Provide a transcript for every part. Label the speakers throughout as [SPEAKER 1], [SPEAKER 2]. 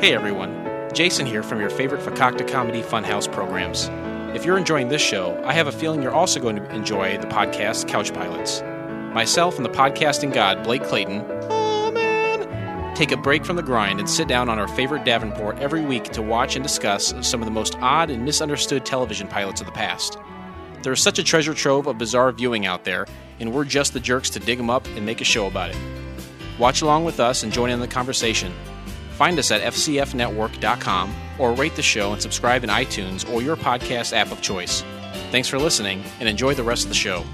[SPEAKER 1] Hey everyone, Jason here from your favorite Fakakta Comedy Funhouse programs. If you're enjoying this show, I have a feeling you're also going to enjoy the podcast Couch Pilots. Myself and the podcasting god Blake Clayton oh, man, take a break from the grind and sit down on our favorite Davenport every week to watch and discuss some of the most odd and misunderstood television pilots of the past. There is such a treasure trove of bizarre viewing out there, and we're just the jerks to dig them up and make a show about it. Watch along with us and join in the conversation. Find us at fcfnetwork.com or rate the show and subscribe in iTunes or your podcast app of choice. Thanks for listening and enjoy the rest of the show.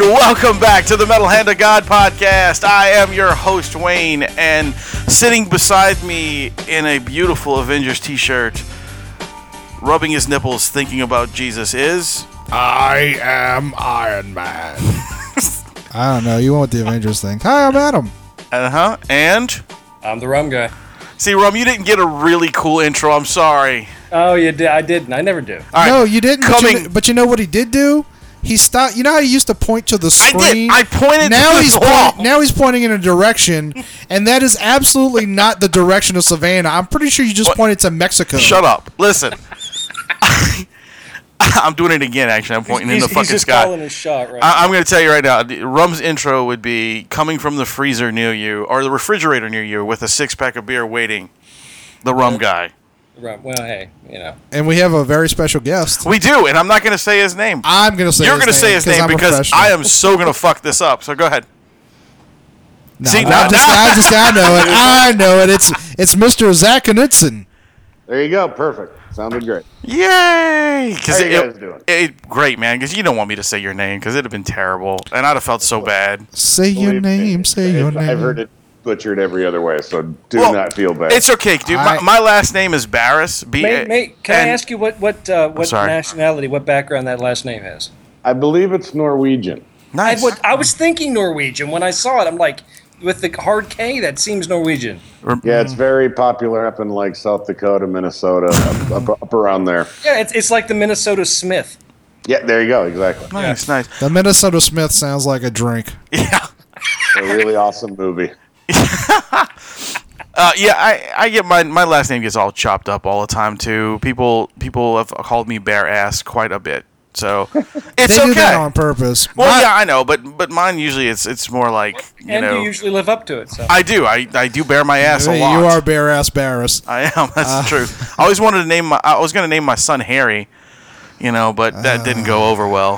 [SPEAKER 2] Welcome back to the Metal Hand of God podcast. I am your host, Wayne, and sitting beside me in a beautiful Avengers t shirt, rubbing his nipples, thinking about Jesus, is.
[SPEAKER 3] I am Iron Man.
[SPEAKER 4] I don't know. You went with the Avengers thing. Hi, I'm Adam.
[SPEAKER 2] Uh huh. And.
[SPEAKER 5] I'm the rum guy.
[SPEAKER 2] See, Rum, you didn't get a really cool intro. I'm sorry.
[SPEAKER 5] Oh, you did. I didn't. I never do.
[SPEAKER 4] Right. No, you didn't. Coming. But you, but you know what he did do? he stopped. You know how he used to point to the screen.
[SPEAKER 2] I did. I pointed.
[SPEAKER 4] Now he's
[SPEAKER 2] point,
[SPEAKER 4] now he's pointing in a direction, and that is absolutely not the direction of Savannah. I'm pretty sure you just what? pointed to Mexico.
[SPEAKER 2] Shut up. Listen. I'm doing it again. Actually, I'm pointing
[SPEAKER 5] he's,
[SPEAKER 2] in the fucking
[SPEAKER 5] he's
[SPEAKER 2] sky.
[SPEAKER 5] Calling his shot right
[SPEAKER 2] I, am going to tell you right now. Rum's intro would be coming from the freezer near you or the refrigerator near you with a six pack of beer waiting. The rum guy.
[SPEAKER 5] Right. Well, hey, you know.
[SPEAKER 4] And we have a very special guest.
[SPEAKER 2] We do, and I'm not going to say his name.
[SPEAKER 4] I'm going to say.
[SPEAKER 2] You're going to say his name because I am so going to fuck this up. So go ahead.
[SPEAKER 4] No, See, no, no, I, just, I just, I know it. I know it. It's it's Mr. Zach Knudsen.
[SPEAKER 6] There you go. Perfect. Sounded great.
[SPEAKER 2] Yay!
[SPEAKER 6] How it, you guys it, doing?
[SPEAKER 2] It, great, man. Because you don't want me to say your name because it'd have been terrible, and I'd have felt so bad.
[SPEAKER 4] Say your name.
[SPEAKER 6] It,
[SPEAKER 4] say your name.
[SPEAKER 6] I've heard it butchered every other way, so do well, not feel bad.
[SPEAKER 2] It's okay, dude. I, my, my, last name is Barris.
[SPEAKER 5] B- mate, mate, can and, I ask you what what uh, what nationality, what background that last name has?
[SPEAKER 6] I believe it's Norwegian.
[SPEAKER 5] Nice. I, would, I was thinking Norwegian when I saw it. I'm like, with the hard K, that seems Norwegian.
[SPEAKER 6] Yeah,
[SPEAKER 4] Mm.
[SPEAKER 6] it's very popular up in like South Dakota, Minnesota, up, up, up around there.
[SPEAKER 5] Yeah, it's, it's like the Minnesota Smith.
[SPEAKER 6] Yeah, there you go. Exactly.
[SPEAKER 2] Nice, yeah. nice.
[SPEAKER 4] The Minnesota Smith sounds like a drink.
[SPEAKER 2] Yeah.
[SPEAKER 6] a really awesome movie.
[SPEAKER 2] uh, yeah, I, I get my my last name gets all chopped up all the time too. People people have called me bare ass quite a bit, so it's
[SPEAKER 4] they
[SPEAKER 2] okay.
[SPEAKER 4] do that on purpose.
[SPEAKER 2] Well, my, yeah, I know, but but mine usually it's it's more like you
[SPEAKER 5] and
[SPEAKER 2] know,
[SPEAKER 5] you usually live up to it. So.
[SPEAKER 2] I do. I, I do bare my ass
[SPEAKER 4] you
[SPEAKER 2] a lot.
[SPEAKER 4] You are bare ass Barris.
[SPEAKER 2] I am. That's uh. true. I always wanted to name my. I was going to name my son Harry you know, but that didn't
[SPEAKER 4] Uh.
[SPEAKER 2] go over well.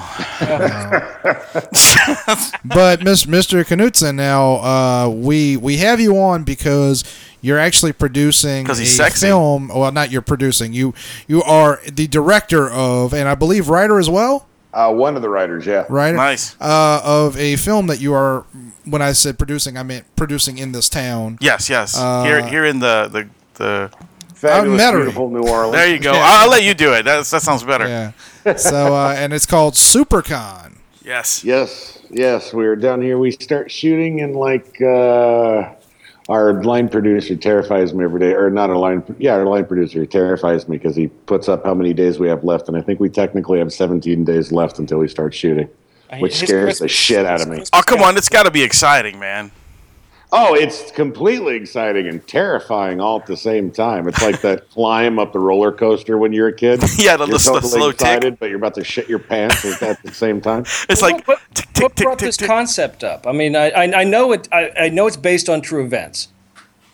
[SPEAKER 4] but Mis- Mr. Knutson, now uh, we we have you on because you're actually producing a
[SPEAKER 2] 'Cause he's sexy.
[SPEAKER 4] film. Well, not you're producing. You you are the director of, and I believe writer as well.
[SPEAKER 6] Uh, one of the writers, yeah.
[SPEAKER 4] Writer,
[SPEAKER 2] Nice.
[SPEAKER 4] Uh, of a film that you are. When I said producing, I meant producing in this town.
[SPEAKER 2] Yes, yes.
[SPEAKER 4] Uh.
[SPEAKER 2] here, here in the the. the
[SPEAKER 6] Fabulous,
[SPEAKER 4] met her.
[SPEAKER 6] beautiful New Orleans.
[SPEAKER 2] there you go. I'll, I'll let you do it. That's, that sounds better.
[SPEAKER 4] Yeah. so uh, and it's called SuperCon.
[SPEAKER 2] Yes.
[SPEAKER 6] Yes, yes, we were down here. We start shooting, and like uh, our line producer terrifies me every day, or not our line, yeah, our line producer terrifies me because he puts up how many days we have left, and I think we technically have 17 days left until we start shooting, which
[SPEAKER 5] His
[SPEAKER 6] scares the
[SPEAKER 5] Christmas-
[SPEAKER 6] shit out of me.
[SPEAKER 5] his
[SPEAKER 2] Oh, come
[SPEAKER 5] Christmas-
[SPEAKER 2] on. It's got to be exciting, man.
[SPEAKER 6] Oh, it's completely exciting and terrifying all at the same time. It's like that climb up the roller coaster when you're a kid.
[SPEAKER 2] Yeah, the-
[SPEAKER 6] You're
[SPEAKER 2] the- the slow tick.
[SPEAKER 6] but you're about to shit your pants at the same time.
[SPEAKER 2] It's like
[SPEAKER 5] what,
[SPEAKER 2] tick, tick,
[SPEAKER 5] what
[SPEAKER 2] tick,
[SPEAKER 5] brought
[SPEAKER 2] tick,
[SPEAKER 5] this
[SPEAKER 2] tick.
[SPEAKER 5] concept up? I mean, I, I, I know it. I, I know it's based on true events.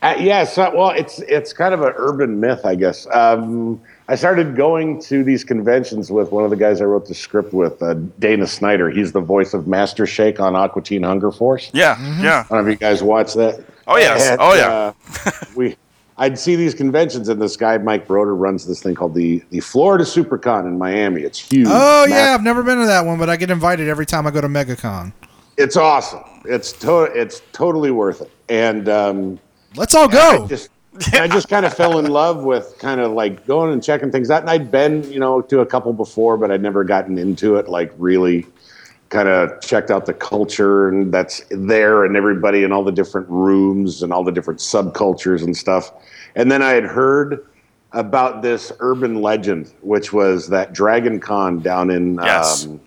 [SPEAKER 6] Uh, yeah, so, well, it's it's kind of an urban myth, I guess. Um, I started going to these conventions with one of the guys I wrote the script with, uh, Dana Snyder. He's the voice of Master Shake on Aqua Teen Hunger Force.
[SPEAKER 2] Yeah,
[SPEAKER 4] Mm-hmm.
[SPEAKER 2] yeah.
[SPEAKER 6] I don't know if you guys watch that.
[SPEAKER 2] Oh, yes.
[SPEAKER 6] And,
[SPEAKER 2] Oh, yeah.
[SPEAKER 6] uh, we, I'd see these conventions, and this guy Mike Broder runs this thing called the the Florida SuperCon in Miami. It's huge.
[SPEAKER 4] Oh
[SPEAKER 6] massive.
[SPEAKER 4] yeah, I've never been to that one, but I get invited every time I go to MegaCon.
[SPEAKER 6] it's awesome. It's to, it's totally worth it. And um,
[SPEAKER 4] Let's all go.
[SPEAKER 6] just I just kind of fell in love with kind of like going and checking things out. And I'd been, you know, to a couple before, but I'd never gotten into it like really kind of checked out the culture and that's there and everybody and all the different rooms and all the different subcultures and stuff. And then I had heard about this urban legend, which was that Dragon Con down in
[SPEAKER 2] Yes.
[SPEAKER 6] um,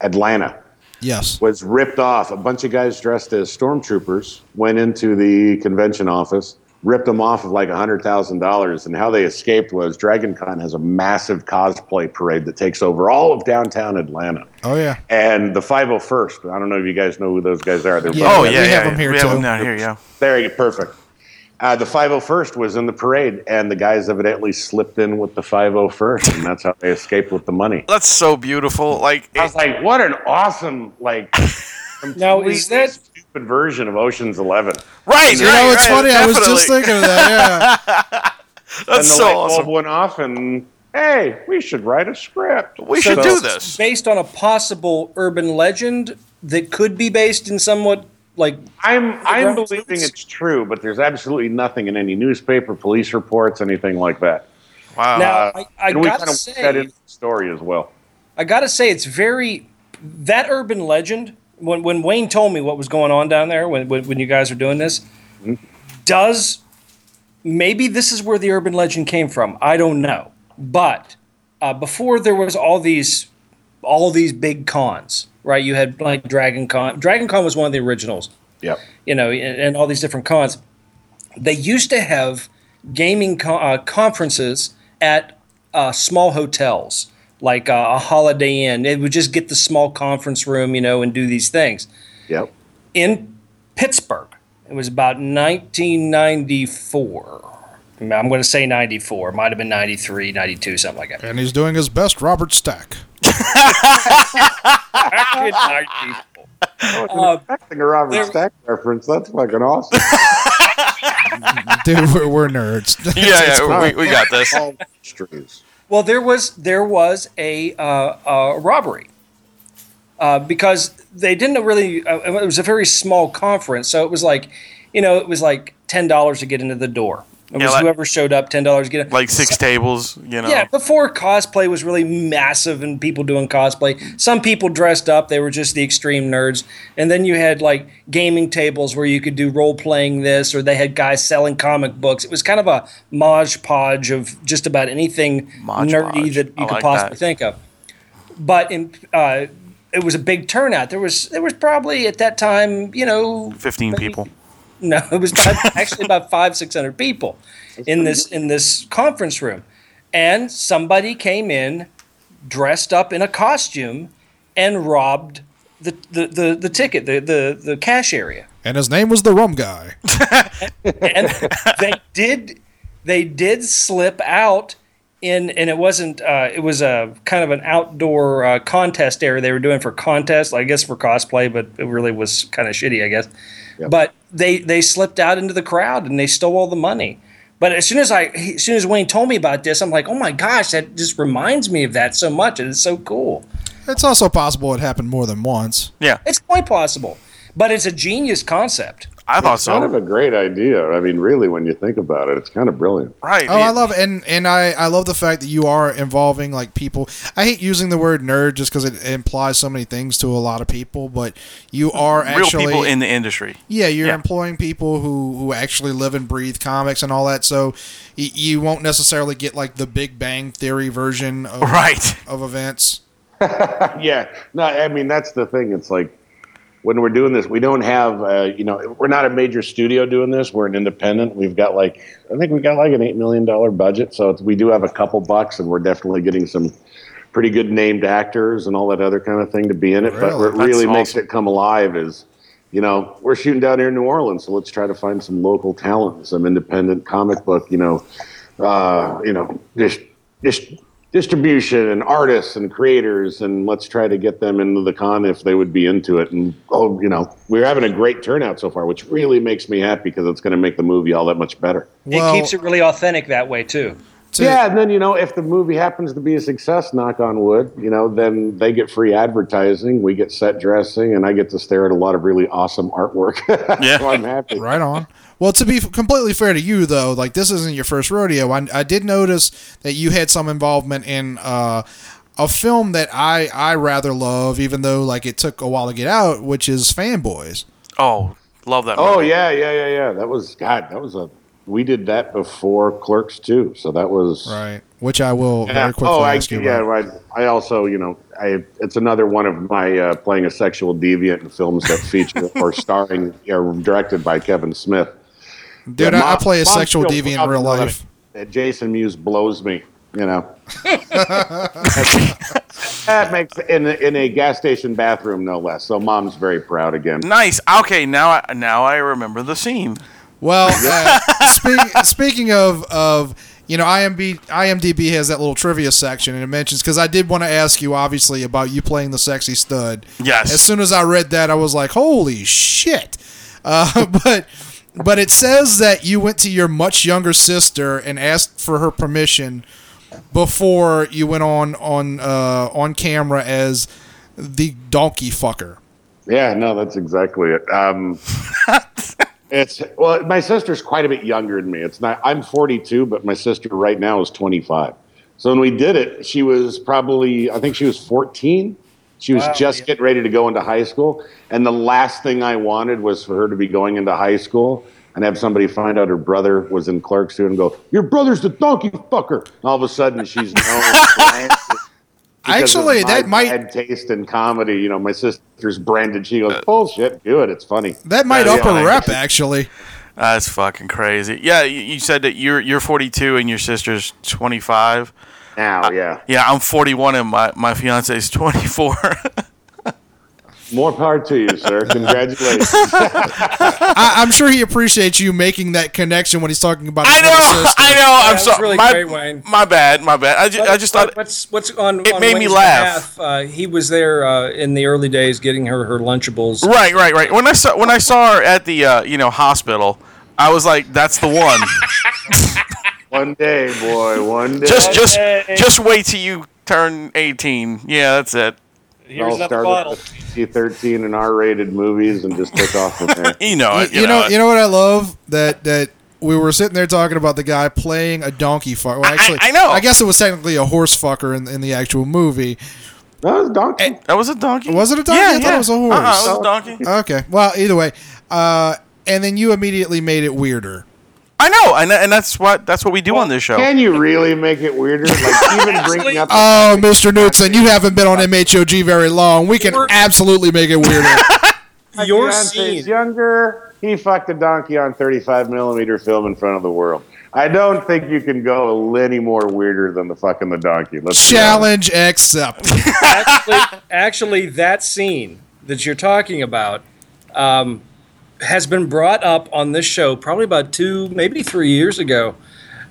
[SPEAKER 6] Atlanta
[SPEAKER 4] yes.
[SPEAKER 6] was ripped off. A bunch of guys dressed as stormtroopers went into the convention office, ripped them off of like $100,000. And how they escaped was Dragon Con has a massive cosplay parade that takes over all of downtown Atlanta.
[SPEAKER 4] Oh yeah.
[SPEAKER 6] And the 501st, I don't know if you guys know who those guys are. They're
[SPEAKER 2] Oh, yeah.
[SPEAKER 4] Yeah, we
[SPEAKER 2] yeah,
[SPEAKER 4] have 'em here,
[SPEAKER 2] We have
[SPEAKER 4] too.
[SPEAKER 2] them down here, yeah.
[SPEAKER 6] there you go. Perfect. Uh, the 501st was in the parade, and the guys evidently slipped in with the 501st, and that's how they escaped with the money.
[SPEAKER 2] That's so beautiful. Like,
[SPEAKER 6] I was
[SPEAKER 2] it-
[SPEAKER 6] like, what an awesome, like,
[SPEAKER 5] Now, is
[SPEAKER 6] completely
[SPEAKER 5] that-
[SPEAKER 6] stupid version of Ocean's Eleven?
[SPEAKER 2] right,
[SPEAKER 4] You know,
[SPEAKER 2] right,
[SPEAKER 4] it's
[SPEAKER 2] right,
[SPEAKER 4] funny. I was just
[SPEAKER 2] definitely.
[SPEAKER 4] thinking of that.
[SPEAKER 2] That's
[SPEAKER 6] and the
[SPEAKER 2] so
[SPEAKER 6] light bulb
[SPEAKER 2] awesome.
[SPEAKER 6] went off, and hey, we should write a script.
[SPEAKER 2] We should
[SPEAKER 6] So-
[SPEAKER 2] do this.
[SPEAKER 5] Based on a possible urban legend that could be based in somewhat like
[SPEAKER 6] I'm I'm
[SPEAKER 5] Robert's
[SPEAKER 6] believing
[SPEAKER 5] Rules.
[SPEAKER 6] it's true, but there's absolutely nothing in any newspaper, police reports, anything like that.
[SPEAKER 2] Wow.
[SPEAKER 5] now. Uh, I, I
[SPEAKER 6] Uh, and we
[SPEAKER 5] gotta
[SPEAKER 6] kind of
[SPEAKER 5] say,
[SPEAKER 6] that in the story as well.
[SPEAKER 5] I gotta say, it's very that urban legend. When when Wayne told me what was going on down there, when when, when you guys are doing this,
[SPEAKER 6] Mm-hmm.
[SPEAKER 5] does maybe this is where the urban legend came from? I don't know, but uh, before there was all these all these big cons, right? You had like Dragon Con. Dragon Con was one of the originals
[SPEAKER 6] Yep.
[SPEAKER 5] you know, and, and all these different cons. They used to have gaming co- uh, conferences at uh, small hotels, like uh, a Holiday Inn. They would just get the small conference room, you know, and do these things
[SPEAKER 6] Yep.
[SPEAKER 5] in Pittsburgh. It was about 1994. I'm going to say 94. It might have been 93, 92, something like that.
[SPEAKER 4] And he's doing his best, Robert Stack.
[SPEAKER 5] Good 94.
[SPEAKER 6] Oh, it's an a Robert
[SPEAKER 5] Uh, there-
[SPEAKER 6] Stack reference. That's fucking awesome.
[SPEAKER 4] Dude, we're, we're nerds.
[SPEAKER 2] yeah, yeah, we, we got this.
[SPEAKER 6] All mysteries.
[SPEAKER 5] Well, there was there was a uh, uh, robbery uh, because they didn't really. Uh, it was a very small conference, so it was like, you know, it was like ten dollars to get into the door. It
[SPEAKER 2] Yeah,
[SPEAKER 5] was
[SPEAKER 2] like-
[SPEAKER 5] whoever showed up, ten dollars to get in.
[SPEAKER 2] Like six tables, you know.
[SPEAKER 5] yeah, before cosplay was really massive and people doing cosplay. Some people dressed up; they were just the extreme nerds. And then you had like gaming tables where you could do role playing this, or they had guys selling comic books. It was kind of a modge podge of just about anything
[SPEAKER 2] Modge
[SPEAKER 5] nerdy
[SPEAKER 2] podge.
[SPEAKER 5] that you
[SPEAKER 2] I
[SPEAKER 5] could
[SPEAKER 2] like
[SPEAKER 5] possibly
[SPEAKER 2] that.
[SPEAKER 5] think of. But in uh, it was a big turnout. There was there was probably at that time, you know,
[SPEAKER 2] 15 people.
[SPEAKER 5] no, it was about, actually about five, six hundred people in this in this conference room, and somebody came in dressed up in a costume and robbed the the, the, the ticket the, the the cash area,
[SPEAKER 4] And his name was the Rum Guy.
[SPEAKER 5] and they did they did slip out in, and it wasn't. Uh, it was a kind of an outdoor uh, contest area they were doing for contest, I guess for cosplay, but it really was kind of shitty, I guess. But they they slipped out into the crowd and they stole all the money. But as soon as I, as soon as Wayne told me about this, I'm like, oh my gosh, that just reminds me of that so much, and it's so cool.
[SPEAKER 4] It's also possible it happened more than once.
[SPEAKER 2] Yeah,
[SPEAKER 5] It's quite possible, but it's a genius concept.
[SPEAKER 2] I thought
[SPEAKER 6] It's kind of
[SPEAKER 2] so.
[SPEAKER 6] a great idea. I mean, really, when you think about it, it's kind of brilliant.
[SPEAKER 2] Right.
[SPEAKER 4] Oh, I love and and I I love the fact that you are involving like people. I hate using the word nerd just because it implies so many things to a lot of people, but you are
[SPEAKER 2] real
[SPEAKER 4] actually
[SPEAKER 2] people in the industry.
[SPEAKER 4] yeah you're
[SPEAKER 2] yeah.
[SPEAKER 4] employing people who who actually live and breathe comics and all that. So y- you won't necessarily get like the Big Bang Theory version of,
[SPEAKER 2] Right.
[SPEAKER 4] of events.
[SPEAKER 6] Yeah. No, I mean that's the thing. It's like when we're doing this, we don't have uh, you know we're not a major studio doing this. We're an independent. We've got like I think we got like an eight million dollar budget, so it's, we do have a couple bucks, and we're definitely getting some pretty good named actors and all that other kind of thing to be in it. But
[SPEAKER 4] Really?
[SPEAKER 6] what
[SPEAKER 2] That's
[SPEAKER 6] really makes
[SPEAKER 2] awesome.
[SPEAKER 6] it come alive is. You know, we're shooting down here in New Orleans, so let's try to find some local talent, some independent comic book, you know, uh, you know, just just distribution and artists and creators, and let's try to get them into the con if they would be into it. And oh, you know, we're having a great turnout so far, which really makes me happy because it's going to make the movie all that much better.
[SPEAKER 4] Well-
[SPEAKER 5] it keeps it really authentic that way too.
[SPEAKER 4] to-
[SPEAKER 6] yeah, and then you know, if the movie happens to be a success, knock on wood, you know, then they get free advertising, we get set dressing, and I get to stare at a lot of really awesome artwork.
[SPEAKER 2] Yeah.
[SPEAKER 6] so I'm happy.
[SPEAKER 4] Right on. Well, to be f- completely fair to you, though, like this isn't your first rodeo. I, I did notice that you had some involvement in uh, a film that I, I rather love, even though like it took a while to get out, which is Fanboys.
[SPEAKER 2] Oh, love that.
[SPEAKER 6] Oh
[SPEAKER 2] movie.
[SPEAKER 6] yeah, yeah, yeah, yeah. That was God. That was a. We did that before Clerks too, so that was
[SPEAKER 4] Right. Which I will very quickly
[SPEAKER 6] Oh, I,
[SPEAKER 4] ask you
[SPEAKER 6] yeah.
[SPEAKER 4] about.
[SPEAKER 6] Right. I also, you know, I it's another one of my uh, playing a sexual deviant in films that feature or starring or directed by Kevin Smith.
[SPEAKER 4] Dude,
[SPEAKER 6] Yeah,
[SPEAKER 4] I, I
[SPEAKER 6] Mom-
[SPEAKER 4] play a
[SPEAKER 6] Mom's
[SPEAKER 4] sexual
[SPEAKER 6] still
[SPEAKER 4] deviant in
[SPEAKER 6] proud
[SPEAKER 4] real
[SPEAKER 6] of me.
[SPEAKER 4] life.
[SPEAKER 6] That Jason Mewes blows me. You know. That's- that makes in a, in a gas station bathroom no less. So mom's very proud again.
[SPEAKER 2] Nice. Okay, now I, now I remember the scene.
[SPEAKER 4] Well, uh, speak, speaking of of you know, IMB, IMDb has that little trivia section, and it mentions because I did want to ask you, obviously, about you playing the sexy stud.
[SPEAKER 2] Yes.
[SPEAKER 4] As soon as I read that, I was like, "Holy shit!" Uh, but but it says that you went to your much younger sister and asked for her permission before you went on on uh, on camera as the donkey fucker.
[SPEAKER 6] Yeah, no, that's exactly it. Um, it's well, my sister's quite a bit younger than me. It's not. I'm 42, but my sister right now is 25. So when we did it, she was probably I think she was 14. She was just getting ready to go into high school, and the last thing I wanted was for her to be going into high school and have somebody find out her brother was in Clerks too and go, "Your brother's the donkey fucker." And all of a sudden, she's known. because of
[SPEAKER 4] Actually,
[SPEAKER 6] my
[SPEAKER 4] that might
[SPEAKER 6] bad taste in comedy. You know, my sister's branded. She
[SPEAKER 5] Uh,
[SPEAKER 6] goes, "Bullshit, do it. It's funny."
[SPEAKER 4] that might
[SPEAKER 2] Yeah,
[SPEAKER 4] up
[SPEAKER 2] yeah.
[SPEAKER 4] a rep actually.
[SPEAKER 2] That's fucking crazy. Yeah, you, you said that you're you're 42 and your sister's 25.
[SPEAKER 6] Now, yeah,
[SPEAKER 2] Yeah, I'm 41 and my my fiance is 24.
[SPEAKER 6] more power to you, sir. Congratulations.
[SPEAKER 4] I, I'm sure he appreciates you making that connection when he's talking about. his
[SPEAKER 2] I know,
[SPEAKER 4] little sister.
[SPEAKER 2] I know. I'm
[SPEAKER 5] was
[SPEAKER 2] sorry.
[SPEAKER 5] really
[SPEAKER 2] my,
[SPEAKER 5] great, Wayne.
[SPEAKER 2] my bad, my bad. I just, I just thought.
[SPEAKER 5] what's what's on.
[SPEAKER 2] It
[SPEAKER 5] on
[SPEAKER 2] made me
[SPEAKER 5] Wayne's
[SPEAKER 2] laugh.
[SPEAKER 5] behalf, uh, he was there uh, in the early days, getting her her Lunchables.
[SPEAKER 2] Right, right, right. When I saw when I saw her at the uh, you know hospital, I was like, that's the one.
[SPEAKER 6] one day, boy. One day.
[SPEAKER 2] just just just wait till you turn 18. Yeah, that's it.
[SPEAKER 5] Here's another bottle.
[SPEAKER 6] thirteen and R-rated movies and just took off from there.
[SPEAKER 2] You know it.
[SPEAKER 4] You, know, you know what I love that that we were sitting there talking about the guy playing a donkey fucker. Well, actually,
[SPEAKER 2] I know.
[SPEAKER 4] I guess it was technically a horse fucker in, in the actual movie.
[SPEAKER 6] That was donkey.
[SPEAKER 2] That was a donkey.
[SPEAKER 4] Was it a donkey?
[SPEAKER 2] Yeah,
[SPEAKER 4] I thought it
[SPEAKER 2] yeah.
[SPEAKER 4] was a horse.
[SPEAKER 2] Uh-uh, it was a donkey.
[SPEAKER 4] Okay. Well, either way, uh, and then you immediately made it weirder.
[SPEAKER 2] I know, and, and that's what that's what we do on this show.
[SPEAKER 6] Can you really make it weirder? Like even bringing up.
[SPEAKER 4] Oh, Mr. Knutson, you haven't been on MHOG very long. We can absolutely make it weirder.
[SPEAKER 5] Your
[SPEAKER 6] Beyonce's
[SPEAKER 5] scene.
[SPEAKER 6] younger. He fucked a donkey on 35 millimeter film in front of the world. I don't think you can go any more weirder than the fucking the donkey. Let's be honest.
[SPEAKER 4] Challenge accept.
[SPEAKER 5] actually, actually, that scene that you're talking about um, has been brought up on this show probably about two, maybe three years ago.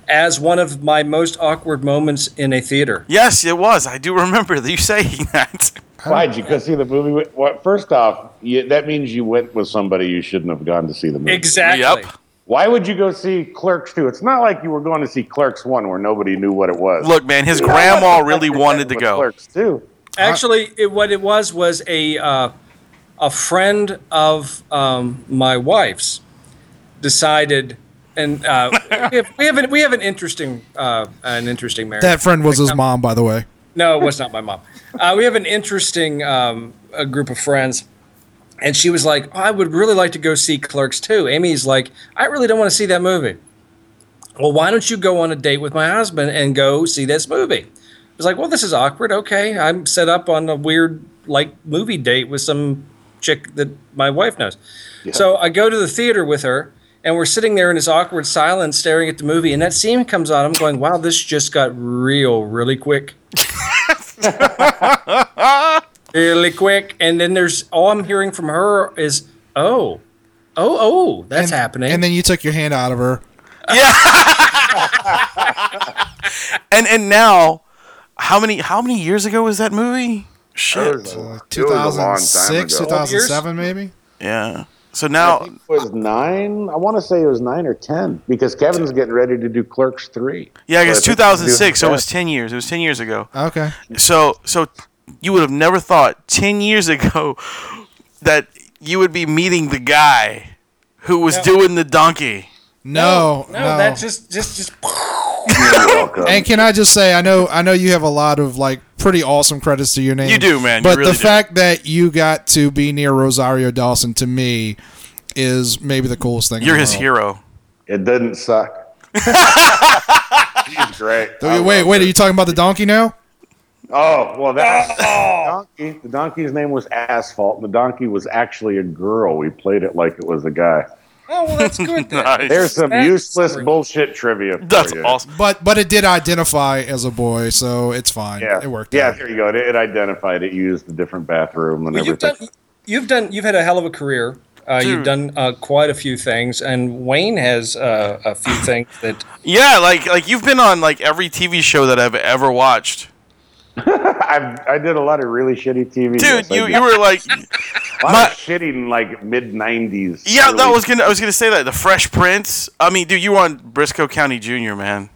[SPEAKER 5] as one of my most awkward moments in a theater.
[SPEAKER 2] Yes, it was. I do remember you saying that.
[SPEAKER 6] Why'd you go see the movie? With, well, first off, you, that means you went with somebody you shouldn't have gone to see the movie.
[SPEAKER 5] Exactly.
[SPEAKER 2] Yep.
[SPEAKER 6] Why would you go see Clerks 2? It's not like you were going to see Clerks 1 where nobody knew what it was.
[SPEAKER 2] Look, man, his
[SPEAKER 6] You know,
[SPEAKER 2] grandma
[SPEAKER 6] what the
[SPEAKER 2] really
[SPEAKER 6] fuck is
[SPEAKER 2] wanted
[SPEAKER 6] that
[SPEAKER 2] to
[SPEAKER 6] with
[SPEAKER 2] go.
[SPEAKER 6] Clerks 2.
[SPEAKER 5] Actually, it, what it was was a uh, a friend of um, my wife's decided, and uh, we, have, we have an, we have an interesting uh, an interesting marriage.
[SPEAKER 4] That friend was his mom, by the way.
[SPEAKER 5] No, it was not my mom. Uh, we have an interesting um, a group of friends. And she was like, "Oh, I would really like to go see Clerks too. Amy's like, I really don't want to see that movie. Well, why don't you go on a date with my husband and go see this movie? I was like, well, this is awkward. Okay. I'm set up on a weird, like, movie date with some chick that my wife knows. So I go to the theater with her, and we're sitting there in this awkward silence staring at the movie. And that scene comes on. I'm going, wow, this just got real really quick really quick. And then there's all I'm hearing from her is, oh, oh, oh, that's happening.
[SPEAKER 4] And then you took your hand out of her.
[SPEAKER 2] And and now, how many how many years ago was that movie?
[SPEAKER 6] It
[SPEAKER 2] Shit.
[SPEAKER 6] was a- it was a long time
[SPEAKER 4] 2006,
[SPEAKER 6] ago.
[SPEAKER 4] 2007, maybe?
[SPEAKER 2] Yeah. So
[SPEAKER 6] I
[SPEAKER 2] now,
[SPEAKER 6] think it was nine. I want to say it was nine or ten because Kevin's getting ready to do Clerks three.
[SPEAKER 2] yeah, I guess
[SPEAKER 6] So think
[SPEAKER 2] 2006. So it
[SPEAKER 6] he's
[SPEAKER 2] was 10 years. It was 10 years ago.
[SPEAKER 4] Okay.
[SPEAKER 2] So so you would have never thought 10 years ago that you would be meeting the guy who was doing the donkey.
[SPEAKER 4] No, no.
[SPEAKER 5] no, that just, just, just.
[SPEAKER 6] doing You're welcome.
[SPEAKER 4] And can I just say, I know, I know you have a lot of like pretty awesome credits to your name.
[SPEAKER 2] You do, man. You
[SPEAKER 4] But
[SPEAKER 2] really
[SPEAKER 4] the
[SPEAKER 2] do.
[SPEAKER 4] fact that you got to be near Rosario Dawson to me is maybe the coolest thing. in
[SPEAKER 2] You're
[SPEAKER 4] the
[SPEAKER 2] his
[SPEAKER 4] world.
[SPEAKER 2] hero.
[SPEAKER 6] It didn't suck. She's great. I
[SPEAKER 4] Wait, wait,
[SPEAKER 6] love
[SPEAKER 4] wait,
[SPEAKER 6] her.
[SPEAKER 4] are you talking about the donkey now?
[SPEAKER 6] Oh well, that
[SPEAKER 2] Oh.
[SPEAKER 6] the donkey. The donkey's name was Asphalt, and the donkey was actually a girl. We played it like it was a guy.
[SPEAKER 5] Oh well, that's good. Then.
[SPEAKER 6] There's some
[SPEAKER 5] That's
[SPEAKER 6] useless
[SPEAKER 5] great.
[SPEAKER 6] bullshit trivia. for
[SPEAKER 2] That's
[SPEAKER 6] you.
[SPEAKER 2] awesome.
[SPEAKER 4] But but it did identify as a boy, so it's fine.
[SPEAKER 6] Yeah,
[SPEAKER 4] It worked.
[SPEAKER 6] Yeah,
[SPEAKER 4] out.
[SPEAKER 6] there you go. It, it identified it. Used a different bathroom and
[SPEAKER 5] Well, you've
[SPEAKER 6] everything.
[SPEAKER 5] done, you've done, you've had a hell of a career. Uh,
[SPEAKER 2] Dude.
[SPEAKER 5] you've done uh, quite a few things, and Wayne has uh, a few things that.
[SPEAKER 2] Yeah, like like you've been on like every TV show that I've ever watched.
[SPEAKER 6] I've, I did a lot of really shitty TV.
[SPEAKER 2] Dude,
[SPEAKER 6] Yes, I
[SPEAKER 2] you,
[SPEAKER 6] did.
[SPEAKER 2] you were like
[SPEAKER 6] A lot
[SPEAKER 2] My-
[SPEAKER 6] of shit in like mid '90s.
[SPEAKER 2] Yeah,
[SPEAKER 6] early-
[SPEAKER 2] that was gonna I was gonna say that. The Fresh Prince. I mean, dude, you were on Briscoe County Junior, man.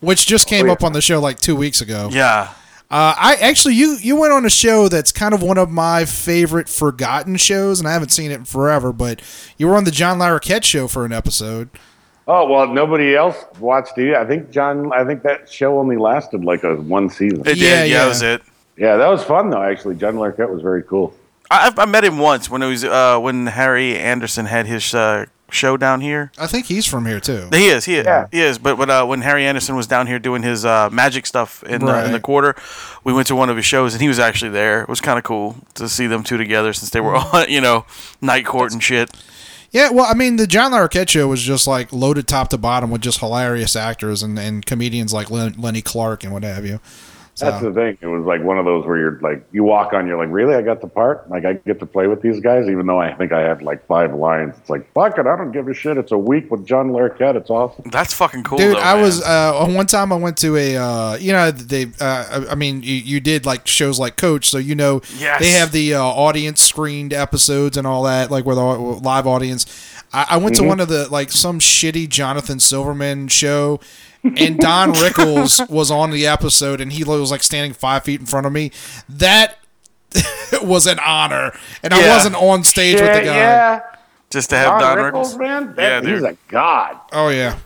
[SPEAKER 4] Which just came
[SPEAKER 2] Oh,
[SPEAKER 6] yeah.
[SPEAKER 4] up on the show like two weeks ago.
[SPEAKER 2] Yeah.
[SPEAKER 4] Uh, I actually you you went on a show that's kind of one of my favorite forgotten shows, and I haven't seen it in forever. But you were on the John Larroquette show for an episode.
[SPEAKER 6] Oh well, nobody else watched it. I think John. I think that show only lasted like a one season.
[SPEAKER 2] It did.
[SPEAKER 4] Yeah,
[SPEAKER 2] Yeah,
[SPEAKER 4] yeah.
[SPEAKER 2] that was it.
[SPEAKER 6] yeah, that was fun though. Actually, John Larquette was very cool.
[SPEAKER 2] I, I've- I met him once when it was uh, when Harry Anderson had his uh, show down here.
[SPEAKER 4] I think he's from here too.
[SPEAKER 2] He is, he is,
[SPEAKER 6] Yeah.
[SPEAKER 2] he is. But when uh, when Harry Anderson was down here doing his uh, magic stuff in, the, in the
[SPEAKER 4] Right.
[SPEAKER 2] quarter, we went to one of his shows and he was actually there. It was kind of cool to see them two together since they were on, you know, night court and shit.
[SPEAKER 4] Yeah, well, I mean, the John Larroquette show was just like loaded top to bottom with just hilarious actors and, and comedians like Len, Lenny Clark and what have you.
[SPEAKER 6] That's the thing. It was like one of those where you're like, you walk on, you're like, really? I got the part? Like, I get to play with these guys, even though I think I have like five lines. It's like, fuck it, I don't give a shit. It's a week with John Larquette. It's awesome.
[SPEAKER 2] That's fucking cool,
[SPEAKER 4] Dude,
[SPEAKER 2] though,
[SPEAKER 4] I
[SPEAKER 2] man.
[SPEAKER 4] was uh, on one time I went to a uh, you know they uh, I- I mean you, you did like shows like Coach, so you know
[SPEAKER 2] Yes.
[SPEAKER 4] they have the uh, audience screened episodes and all that like with the au- live audience. I, I went to one of the like some shitty Jonathan Silverman show. And Don Rickles was on the episode, and he was like standing five feet in front of me. That was an honor, and I
[SPEAKER 2] Yeah.
[SPEAKER 4] wasn't on stage with the guy.
[SPEAKER 2] just to have Don,
[SPEAKER 6] Don
[SPEAKER 2] Rickles.
[SPEAKER 6] Rickles, man.
[SPEAKER 2] Yeah,
[SPEAKER 6] That, he's
[SPEAKER 2] dude.
[SPEAKER 6] a god.
[SPEAKER 4] Oh yeah,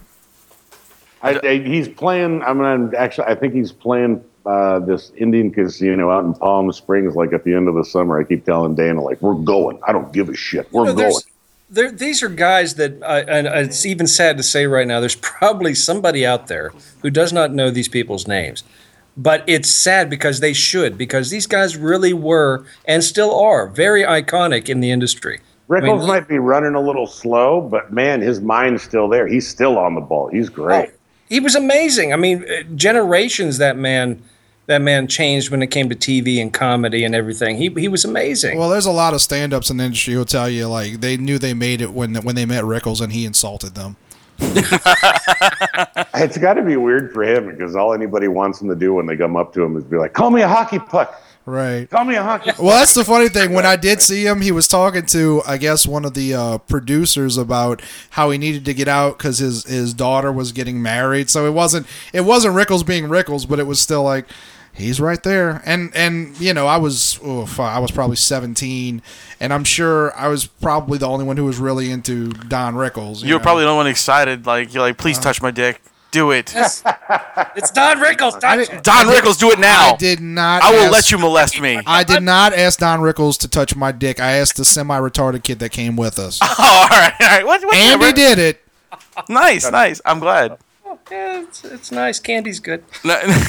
[SPEAKER 6] I, I, he's playing. I mean, I'm actually, I think he's playing uh, this Indian casino out in Palm Springs. Like at the end of the summer, I keep telling Dana, like, we're going. I don't give a shit. We're
[SPEAKER 5] No,
[SPEAKER 6] going.
[SPEAKER 5] there's, there, these are guys that, uh, and it's even sad to say right now, there's probably somebody out there who does not know these people's names. But it's sad because they should, because these guys really were and still are very iconic in the industry.
[SPEAKER 6] Rickles
[SPEAKER 5] I mean-
[SPEAKER 6] might be running a little slow, but man, his mind's still there. He's still on the ball. He's great.
[SPEAKER 5] He was amazing. I mean, uh, generations that man that man changed when it came to TV and comedy and everything. He he was amazing.
[SPEAKER 4] Well, there's a lot of stand-ups in the industry who'll tell you like they knew they made it when when they met Rickles and he insulted them.
[SPEAKER 6] It's got to be weird for him because all anybody wants him to do when they come up to him is be like, "Call me a hockey puck.
[SPEAKER 4] Right.
[SPEAKER 6] Call me a hockey." puck."
[SPEAKER 4] Well, that's the funny thing. When I did see him, he was talking to, I guess, one of the uh, producers about how he needed to get out because his his daughter was getting married. So it wasn't it wasn't Rickles being Rickles, but it was still like he's right there. And and you know, I was oof, I was probably seventeen, and I'm sure I was probably the only one who was really into Don Rickles.
[SPEAKER 2] You were probably the only one excited. Like you're like, please touch my dick. Do it,
[SPEAKER 5] It's Don Rickles. Don Rickles.
[SPEAKER 2] Don Rickles. Do it now.
[SPEAKER 4] I did not.
[SPEAKER 2] I will
[SPEAKER 4] ask-
[SPEAKER 2] let you molest me.
[SPEAKER 4] I did not ask Don Rickles to touch my dick. I asked the semi-retarded kid that came with us,
[SPEAKER 2] Oh, all right, all right. What,
[SPEAKER 4] and
[SPEAKER 2] whatever.
[SPEAKER 4] he did it.
[SPEAKER 2] Nice, nice. I'm glad.
[SPEAKER 5] Yeah, it's, it's nice. Candy's good.
[SPEAKER 2] No-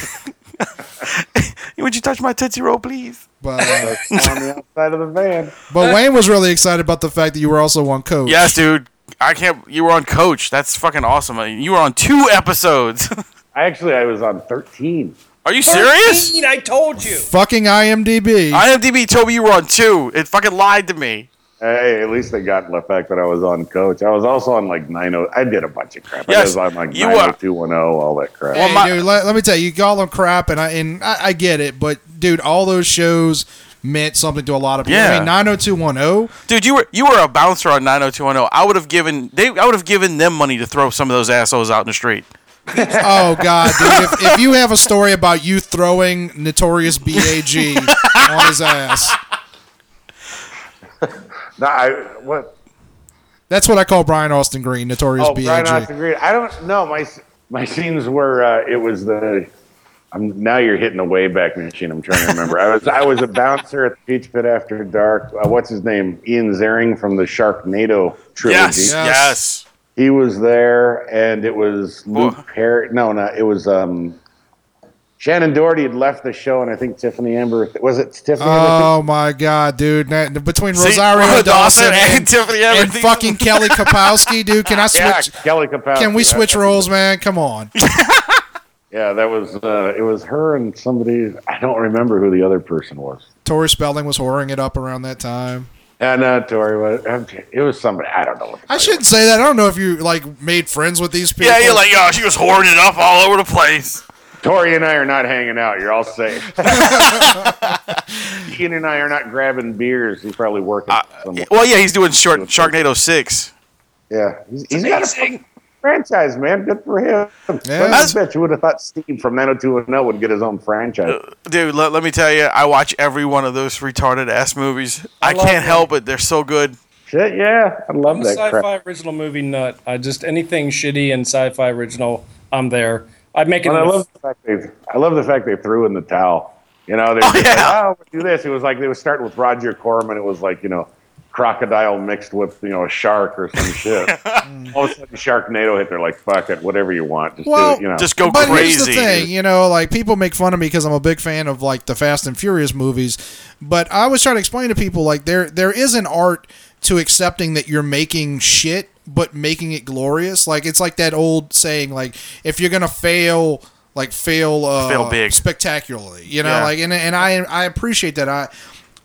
[SPEAKER 2] Would you touch my tootsie roll, please?
[SPEAKER 4] But uh,
[SPEAKER 6] on the outside of the van.
[SPEAKER 4] But Wayne was really excited about the fact that you were also on coach.
[SPEAKER 2] Yes, dude. I can't. You were on Coach. That's fucking awesome. Uh, You were on two episodes.
[SPEAKER 6] I actually I was on 13.
[SPEAKER 2] Are you serious?
[SPEAKER 5] 13, I told you.
[SPEAKER 4] Fucking IMDb.
[SPEAKER 2] IMDb told me you were on two. It fucking lied to me.
[SPEAKER 6] Hey, at least they got the fact that I was on coach. I was also on like 90. I did a bunch of crap. I
[SPEAKER 2] Yes,
[SPEAKER 6] was on like
[SPEAKER 2] you were.
[SPEAKER 6] 90210, all that crap.
[SPEAKER 4] hey,
[SPEAKER 2] my-
[SPEAKER 4] dude, let, let me tell you, you call them crap, and I and I, I get it, but dude, all those shows meant something to a lot of people. oh
[SPEAKER 2] Yeah.
[SPEAKER 4] I mean, 90210.
[SPEAKER 2] Dude, you were you were a bouncer on 90210. I would have given they I would have given them money to throw some of those assholes out in the street.
[SPEAKER 4] Oh god, dude, if, if you have a story about you throwing notorious BAG on his ass,
[SPEAKER 6] No, I, what?
[SPEAKER 4] that's what I call Brian Austin Green, notorious
[SPEAKER 6] Oh, Brian
[SPEAKER 4] BAG.
[SPEAKER 6] Austin Green. I don't know. My my scenes were uh, it was the. I'm now you're hitting the wayback machine. I'm trying to remember. I was I was a bouncer at the Peach Pit after dark. Uh, what's his name? Ian Zering from the Sharknado trilogy.
[SPEAKER 2] Yes, yes.
[SPEAKER 6] He was there, and it was Luke Perry. No, no, it was um, Shannon Doherty had left the show, and I think Tiffany Amber was it Tiffany? Amber?
[SPEAKER 4] Oh my god, dude! Now, between
[SPEAKER 2] See,
[SPEAKER 4] Rosario
[SPEAKER 2] Dawson
[SPEAKER 4] Dawson
[SPEAKER 2] and
[SPEAKER 4] and,
[SPEAKER 2] Tiffany
[SPEAKER 4] and
[SPEAKER 2] Amber.
[SPEAKER 4] fucking Kelly Kapowski, dude, can I switch?
[SPEAKER 6] yeah, Kelly Kapowski.
[SPEAKER 4] Can we
[SPEAKER 6] That-
[SPEAKER 4] switch roles, man? Come on.
[SPEAKER 6] Yeah, that was uh, it. Was her and somebody? I don't remember who the other person was.
[SPEAKER 4] Tori Spelling was whoring it up around that time.
[SPEAKER 6] Yeah, not Uh, Tori. But okay, it was somebody. I don't know. What the
[SPEAKER 4] I
[SPEAKER 6] fuck.
[SPEAKER 4] shouldn't say that. I don't know if you like made friends with these people.
[SPEAKER 2] Yeah, you're like, yo, she was hoarding it up all over the place.
[SPEAKER 6] Tori and I are not hanging out. You're all safe. Ian and I are not grabbing beers. He's probably working. somewhere.
[SPEAKER 2] Well, yeah, he's doing short Sharknado six.
[SPEAKER 6] yeah, he's, he's got a fucking franchise, man. Good for him.
[SPEAKER 4] Yeah.
[SPEAKER 6] I bet you would have thought Steve from 90210 would get his own franchise.
[SPEAKER 2] Dude, let, let me tell you, I watch every one of those retarded ass movies. I,
[SPEAKER 5] love
[SPEAKER 2] can't
[SPEAKER 5] them.
[SPEAKER 2] help it; they're so good.
[SPEAKER 6] Shit, yeah, I love
[SPEAKER 5] I'm a
[SPEAKER 6] that
[SPEAKER 5] sci-fi
[SPEAKER 6] crap.
[SPEAKER 5] original movie nut. I just anything shitty and sci-fi original, I'm there. I make it.
[SPEAKER 6] And I love the fact they, I love the fact they threw in the towel. You know, they were
[SPEAKER 2] Oh,
[SPEAKER 6] just
[SPEAKER 2] yeah.
[SPEAKER 6] like, oh, we'll do this. It was like they were starting with Roger Corman. It was like you know, crocodile mixed with you know a shark or some shit. All of a sudden, Sharknado hit. They're like, fuck it, whatever you want, just
[SPEAKER 4] Well,
[SPEAKER 6] do it. You know,
[SPEAKER 2] Just go
[SPEAKER 4] but
[SPEAKER 2] crazy.
[SPEAKER 4] here's the thing, you know, like people make fun of me because I'm a big fan of like the Fast and Furious movies, but I always try to explain to people like there there is an art to accepting that you're making shit, but making it glorious. Like it's like that old saying, like if you're gonna fail, like fail, uh,
[SPEAKER 2] Fail big.
[SPEAKER 4] spectacularly, you know,
[SPEAKER 2] Yeah.
[SPEAKER 4] like and and I I appreciate that I.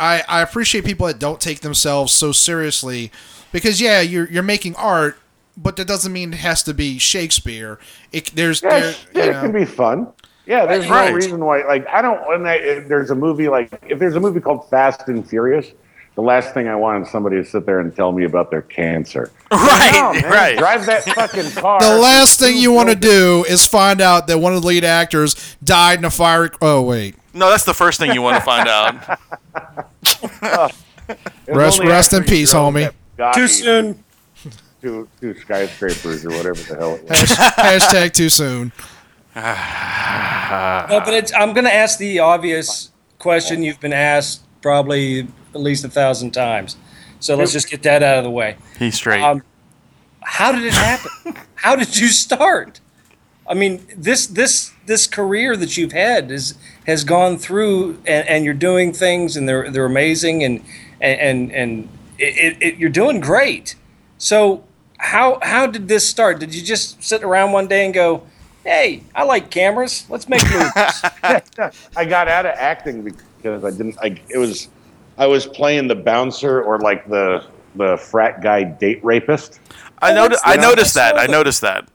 [SPEAKER 4] I, I appreciate people that don't take themselves so seriously because yeah you're you're making art but that doesn't mean it has to be Shakespeare it, there's
[SPEAKER 6] yeah,
[SPEAKER 4] there,
[SPEAKER 6] shit,
[SPEAKER 4] you
[SPEAKER 6] it can
[SPEAKER 4] know.
[SPEAKER 6] be fun. Yeah, there's
[SPEAKER 2] Right.
[SPEAKER 6] no reason why. Like, I don't. When I, if there's a movie like, if there's a movie called Fast and Furious, the last thing I want is somebody to sit there and tell me about their cancer. No,
[SPEAKER 2] Right,
[SPEAKER 6] man,
[SPEAKER 2] right.
[SPEAKER 6] Drive that fucking car.
[SPEAKER 4] The last thing you want to do is find out that one of the lead actors died in a fire. Oh wait,
[SPEAKER 2] No, that's the first thing you want to find out.
[SPEAKER 6] If
[SPEAKER 4] Rest-
[SPEAKER 6] only
[SPEAKER 4] rest in
[SPEAKER 6] after you
[SPEAKER 4] peace,
[SPEAKER 6] drove
[SPEAKER 4] homie.
[SPEAKER 6] that Bugatti
[SPEAKER 5] too soon.
[SPEAKER 6] To, to skyscrapers or whatever the hell it was.
[SPEAKER 4] hashtag too soon.
[SPEAKER 5] No, but it's, I'm going to ask the obvious question you've been asked probably at least a thousand times. So let's just get that out of the way.
[SPEAKER 2] He's straight.
[SPEAKER 5] Um, how did it happen? how did you start? I mean, this this this career that you've had is has gone through, and, and you're doing things, and they're they're amazing, and and and, and it, it, it, you're doing great. So how how did this start? Did you just sit around one day and go, "Hey, I like cameras. Let's make movies."
[SPEAKER 6] I got out of acting because I didn't. I it was, I was playing the bouncer or like the the frat guy date rapist.
[SPEAKER 2] I, noti-
[SPEAKER 5] that's-
[SPEAKER 2] I
[SPEAKER 5] that's
[SPEAKER 2] noticed that. I
[SPEAKER 5] awesome.
[SPEAKER 2] noticed that.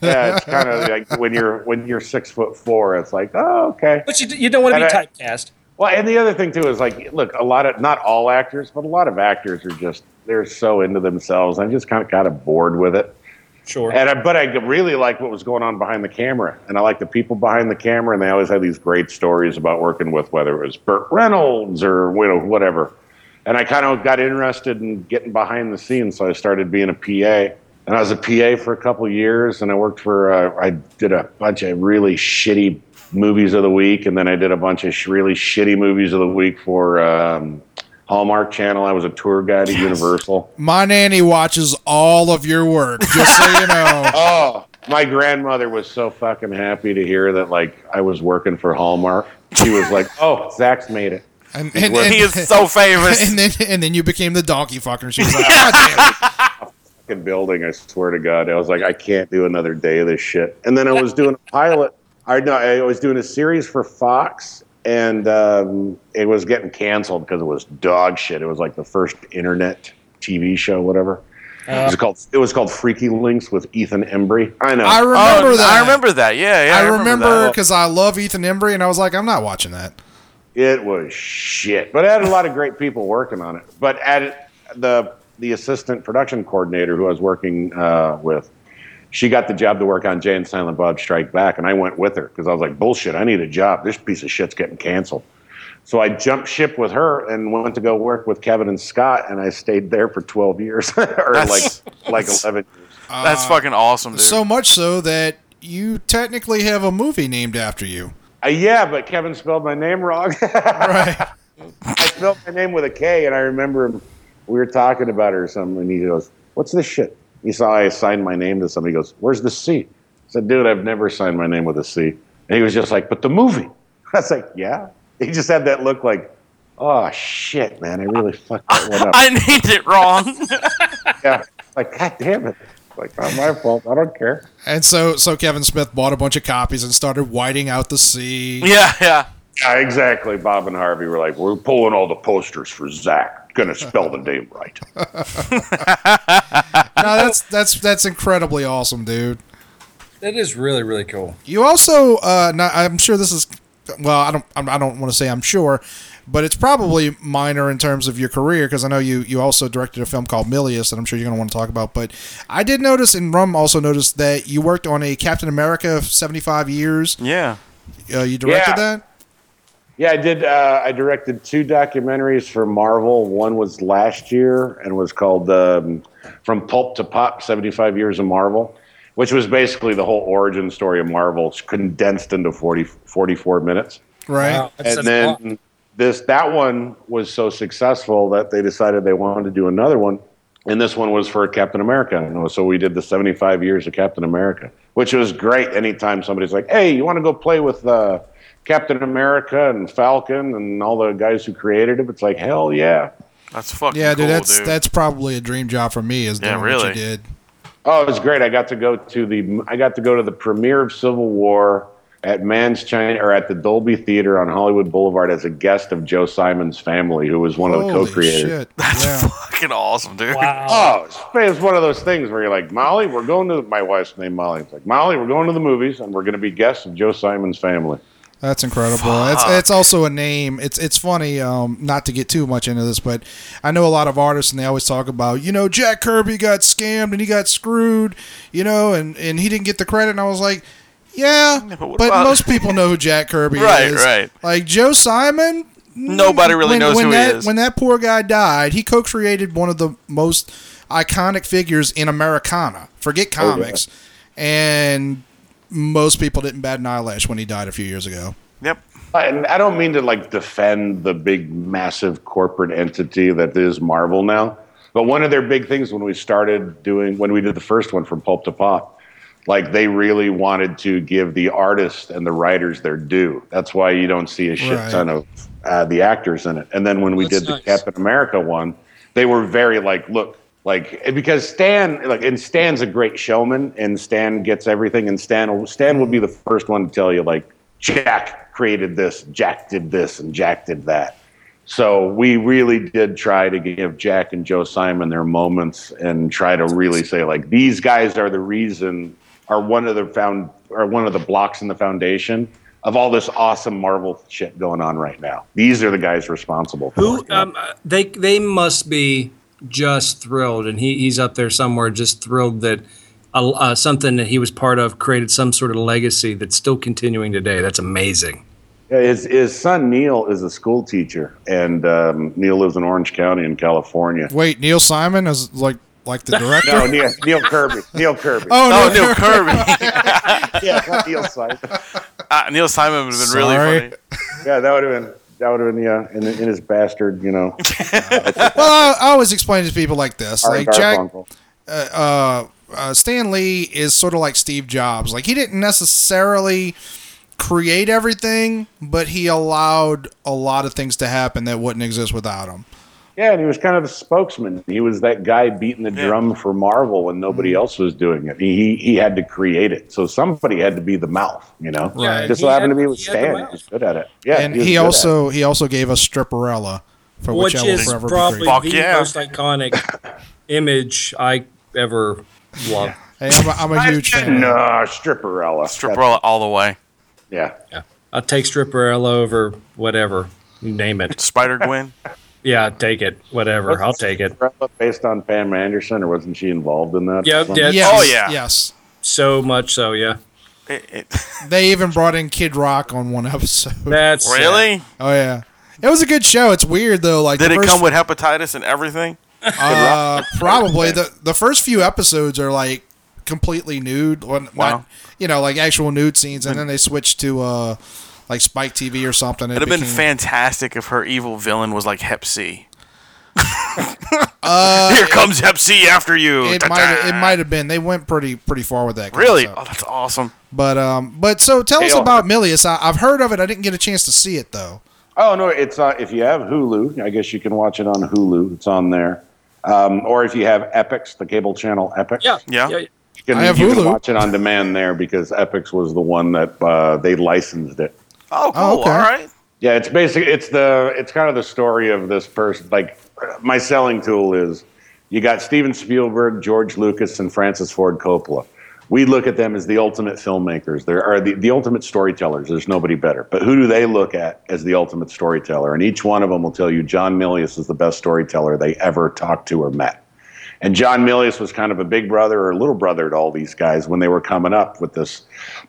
[SPEAKER 6] Yeah, it's kind of like when you're when you're six foot four, it's like, oh, okay.
[SPEAKER 5] But you, you don't want to be
[SPEAKER 6] And I-
[SPEAKER 5] typecast.
[SPEAKER 6] Well, and the other thing too is like, look, a lot of not all actors, but a lot of actors are just they're so into themselves. I just kind of got bored with it.
[SPEAKER 5] Sure.
[SPEAKER 6] And I, but I really liked what was going on behind the camera, and I like the people behind the camera, and they always had these great stories about working with whether it was Burt Reynolds or you know, whatever. And I kind of got interested in getting behind the scenes, so I started being a PA. And I was a PA for a couple of years, and I worked for uh, I did a bunch of really shitty movies of the week, and then I did a bunch of sh- really shitty movies of the week for um, Hallmark Channel. I was a tour guide at Universal.
[SPEAKER 4] My nanny watches all of your work, just so you know.
[SPEAKER 6] Oh, my grandmother was so fucking happy to hear that like I was working for Hallmark. She was like, "Oh, Zach's made it."
[SPEAKER 4] And, and, and,
[SPEAKER 2] He is so famous.
[SPEAKER 4] and then and then you became the donkey fucker. She was like, God damn it.
[SPEAKER 6] Fucking building, I swear to God, I was like, I can't do another day of this shit. And then I was doing a pilot. I no, I was doing a series for Fox, and um, it was getting canceled because it was dog shit. It was like the first internet TV show, whatever. it was called it was called Freaky Links with Ethan Embry. I know.
[SPEAKER 4] I
[SPEAKER 2] Oh,
[SPEAKER 4] remember that.
[SPEAKER 2] I remember that. Yeah, yeah.
[SPEAKER 4] I remember
[SPEAKER 2] that.
[SPEAKER 4] because I love Ethan Embry, and I was like, I'm not watching that.
[SPEAKER 6] It was shit, but I had a lot of great people working on it. But at it- the the assistant production coordinator who I was working uh, with, she got the job to work on Jay and Silent Bob Strike Back, and I went with her because I was like, "Bullshit! I need a job. This piece of shit's getting canceled." So I jumped ship with her and went to go work with Kevin and Scott, and I stayed there for twelve years, or
[SPEAKER 2] That's-
[SPEAKER 6] like like eleven. years.
[SPEAKER 2] That's fucking awesome, dude.
[SPEAKER 4] uh, So much so that you technically have a movie named after you.
[SPEAKER 6] Uh, yeah, but Kevin spelled my name wrong.
[SPEAKER 4] Right.
[SPEAKER 6] I spelled my name with a K, and I remember him. We were talking about it or something, and he goes, "What's this shit?" He saw I signed my name to somebody. He goes, "Where's the C?" I said, "Dude, I've never signed my name with a C." And he was just like, "But the movie." I was like, "Yeah." He just had that look, like, "Oh shit, man, I really fucked that one up."
[SPEAKER 2] I named it wrong.
[SPEAKER 6] yeah. Like, god damn it. Like, not my fault. I don't care.
[SPEAKER 4] And so, so Kevin Smith bought a bunch of copies and started whiting out the sea.
[SPEAKER 2] yeah, yeah.
[SPEAKER 6] Yeah, exactly. Bob and Harvey were like, "We're pulling all the posters for Zach. Gonna spell the name right."
[SPEAKER 4] No, that's that's that's incredibly awesome, dude.
[SPEAKER 5] That is really, really cool.
[SPEAKER 4] You also, uh, not, I'm sure this is, well, I don't, I'm- I don't want to say I'm sure, but it's probably minor in terms of your career because I know you, you also directed a film called Milius that I'm sure you're going to want to talk about. But I did notice, and Rum also noticed that you worked on a Captain America 75 years.
[SPEAKER 2] Yeah.
[SPEAKER 4] Uh, you directed
[SPEAKER 6] Yeah.
[SPEAKER 4] that.
[SPEAKER 6] Yeah, I did. Uh, I directed two documentaries for Marvel. One was last year and was called um, "From Pulp to Pop: 75 Years of Marvel," which was basically the whole origin story of Marvel condensed into 40, 44 minutes.
[SPEAKER 4] Right.
[SPEAKER 5] That's-
[SPEAKER 6] and
[SPEAKER 5] that's
[SPEAKER 6] then this that one was so successful that they decided they wanted to do another one, and this one was for Captain America. And so we did the 75 years of Captain America, which was great. Anytime somebody's like, "Hey, you want to go play with uh, Captain America and Falcon and all the guys who created him?" It's like, hell yeah!
[SPEAKER 2] That's fucking
[SPEAKER 4] Yeah, dude,
[SPEAKER 2] cool,
[SPEAKER 4] that's
[SPEAKER 2] dude.
[SPEAKER 4] that's probably a dream job for me is
[SPEAKER 2] Yeah,
[SPEAKER 4] doing what
[SPEAKER 2] really.
[SPEAKER 4] you did.
[SPEAKER 6] Oh, it was great. I got to go to the I got to go to the premiere of Civil War at Man's China or at the Dolby Theater on Hollywood Boulevard as a guest of Joe Simon's family, who was one of the
[SPEAKER 4] Holy
[SPEAKER 6] co-creators.
[SPEAKER 4] shit.
[SPEAKER 2] That's
[SPEAKER 4] Yeah.
[SPEAKER 2] fucking awesome, dude.
[SPEAKER 5] Wow.
[SPEAKER 6] Oh, it's, it's one of those things where you're like, Molly, we're going to my wife's name Molly. It's like Molly, we're going to the movies, and we're going to be guests of Joe Simon's family.
[SPEAKER 4] That's incredible. It's it's also a name. It's it's funny. Um, not to get too much into this, but I know a lot of artists, and they always talk about you know Jack Kirby got scammed and he got screwed, you know, and and he didn't get the credit. And I was like, yeah,
[SPEAKER 2] but what
[SPEAKER 4] but
[SPEAKER 2] about-
[SPEAKER 4] most people know who Jack Kirby
[SPEAKER 2] Right,
[SPEAKER 4] is,
[SPEAKER 2] right.
[SPEAKER 4] Like Joe Simon.
[SPEAKER 2] Nobody really knows who he
[SPEAKER 4] that,
[SPEAKER 2] is.
[SPEAKER 4] When that poor guy died, he co-created one of the most iconic figures in Americana. Forget
[SPEAKER 2] Oh,
[SPEAKER 4] comics, and most people didn't bat an eyelash when he died a few years ago.
[SPEAKER 2] Yep.
[SPEAKER 6] And I don't mean to like defend the big, massive corporate entity that is Marvel now, but one of their big things when we started doing when we did the first one from Pulp to Pop, like they really wanted to give the artists and the writers their due. That's why you don't see a shit
[SPEAKER 4] Right.
[SPEAKER 6] ton of uh, the actors in it. And then when we
[SPEAKER 5] That's
[SPEAKER 6] did the
[SPEAKER 5] nice.
[SPEAKER 6] Captain America one, they were very like, look, like and because Stan, like, and Stan's a great showman, and Stan gets everything, and Stan, will, Stan will be the first one to tell you like, Jack created this, Jack did this, and Jack did that. So we really did try to give Jack and Joe Simon their moments and try to really say like these guys are the reason are one of the found are one of the blocks in the foundation of all this awesome Marvel shit going on right now. These are the guys responsible. For
[SPEAKER 7] Who
[SPEAKER 6] it.
[SPEAKER 7] um, uh, they they must be just thrilled, and he, he's up there somewhere, just thrilled that uh, uh, something that he was part of created some sort of legacy that's still continuing today. That's amazing.
[SPEAKER 6] Yeah, His, his son Neil is a school teacher, and um, Neil lives in Orange County in California.
[SPEAKER 4] Wait, Neil Simon is like like the director.
[SPEAKER 6] No, Neil, Neil Kirby. Neil Kirby.
[SPEAKER 4] Oh,
[SPEAKER 2] Oh,
[SPEAKER 4] no,
[SPEAKER 2] Neil Kirby.
[SPEAKER 6] yeah, not Neil Simon.
[SPEAKER 2] Ah, Neil Simon would have been
[SPEAKER 4] Sorry.
[SPEAKER 2] really funny.
[SPEAKER 6] Yeah, that would have been that would have been yeah, in, in his bastard, you know,
[SPEAKER 4] Well, I, I always explain to people like this,
[SPEAKER 6] Art
[SPEAKER 4] like Jack
[SPEAKER 6] Garfunkel.
[SPEAKER 4] uh, uh, Stan Lee is sort of like Steve Jobs. Like he didn't necessarily create everything, but he allowed a lot of things to happen that wouldn't exist without him.
[SPEAKER 6] Yeah, and he was kind of a spokesman. He was that guy beating the drum for Marvel when nobody
[SPEAKER 7] Mm-hmm.
[SPEAKER 6] else was doing it. He he- he had to create it, so somebody had to be the mouth, you know.
[SPEAKER 4] Yeah,
[SPEAKER 6] Just so
[SPEAKER 7] he
[SPEAKER 6] happened to
[SPEAKER 7] had-
[SPEAKER 6] be with
[SPEAKER 7] he had the
[SPEAKER 6] Stan. He
[SPEAKER 7] mouth.
[SPEAKER 6] was good at it. Yeah,
[SPEAKER 4] and
[SPEAKER 6] was
[SPEAKER 4] he
[SPEAKER 6] good at it.
[SPEAKER 4] also he also gave us Stripperella, for which,
[SPEAKER 7] Which
[SPEAKER 4] I will
[SPEAKER 7] is
[SPEAKER 4] forever be
[SPEAKER 7] probably
[SPEAKER 4] grateful.
[SPEAKER 2] Fuck
[SPEAKER 7] the
[SPEAKER 2] yeah.
[SPEAKER 7] most iconic image I ever loved.
[SPEAKER 4] Hey, I'm a, I'm a huge fan.
[SPEAKER 6] No, Stripperella.
[SPEAKER 2] Stripperella all the way.
[SPEAKER 6] Yeah.
[SPEAKER 7] I'll take Stripperella over whatever. You name it.
[SPEAKER 2] Spider Gwen.
[SPEAKER 7] Yeah, take it. Whatever. I'll take it.
[SPEAKER 6] Stripperella based on Pam Anderson, or wasn't she involved in that?
[SPEAKER 7] Yeah,
[SPEAKER 6] Something?
[SPEAKER 7] yeah.
[SPEAKER 4] Yes,
[SPEAKER 2] Oh, yeah.
[SPEAKER 4] yes.
[SPEAKER 7] So much so, yeah.
[SPEAKER 4] They even brought in Kid Rock on one episode.
[SPEAKER 7] That's sad.
[SPEAKER 2] really?
[SPEAKER 4] Oh yeah, it was a good show. It's weird though. Like
[SPEAKER 2] Did
[SPEAKER 4] the
[SPEAKER 2] it
[SPEAKER 4] first-
[SPEAKER 2] come with hepatitis and everything?
[SPEAKER 4] Uh, probably the the first few episodes are like completely nude, or not,
[SPEAKER 2] Wow.
[SPEAKER 4] you know, like actual nude scenes, and then they switch to uh, like Spike TV or something.
[SPEAKER 2] It'd have been
[SPEAKER 4] became-
[SPEAKER 2] fantastic if her evil villain was like Hep C. Here comes Hep C after you.
[SPEAKER 4] Uh, It
[SPEAKER 2] Ta-ta.
[SPEAKER 4] might it might have been. They went pretty pretty far with that. concept.
[SPEAKER 2] Really? Oh, that's awesome.
[SPEAKER 4] But um, but so tell us
[SPEAKER 6] Hell.
[SPEAKER 4] about Milius. I, I've heard of it. I didn't get a chance to see it though.
[SPEAKER 6] Oh no, it's uh, if you have Hulu, I guess you can watch it on Hulu. It's on there. Um, or if you have Epix, the cable channel Epix,
[SPEAKER 7] Yeah.
[SPEAKER 2] Yeah.
[SPEAKER 6] you can,
[SPEAKER 4] I have
[SPEAKER 6] you can
[SPEAKER 4] Hulu.
[SPEAKER 6] watch it on demand there because Epix was the one that uh, they licensed it.
[SPEAKER 2] Oh, cool.
[SPEAKER 4] Oh, okay.
[SPEAKER 2] All right.
[SPEAKER 6] Yeah, it's basically it's the it's kind of the story of this person. Like my selling tool is, you got Steven Spielberg, George Lucas, and Francis Ford Coppola. We look at them as the ultimate filmmakers. There are the, the ultimate storytellers. There's nobody better. But who do they look at as the ultimate storyteller? And each one of them will tell you John Milius is the best storyteller they ever talked to or met. And John Milius was kind of a big brother or little brother to all these guys when they were coming up with this,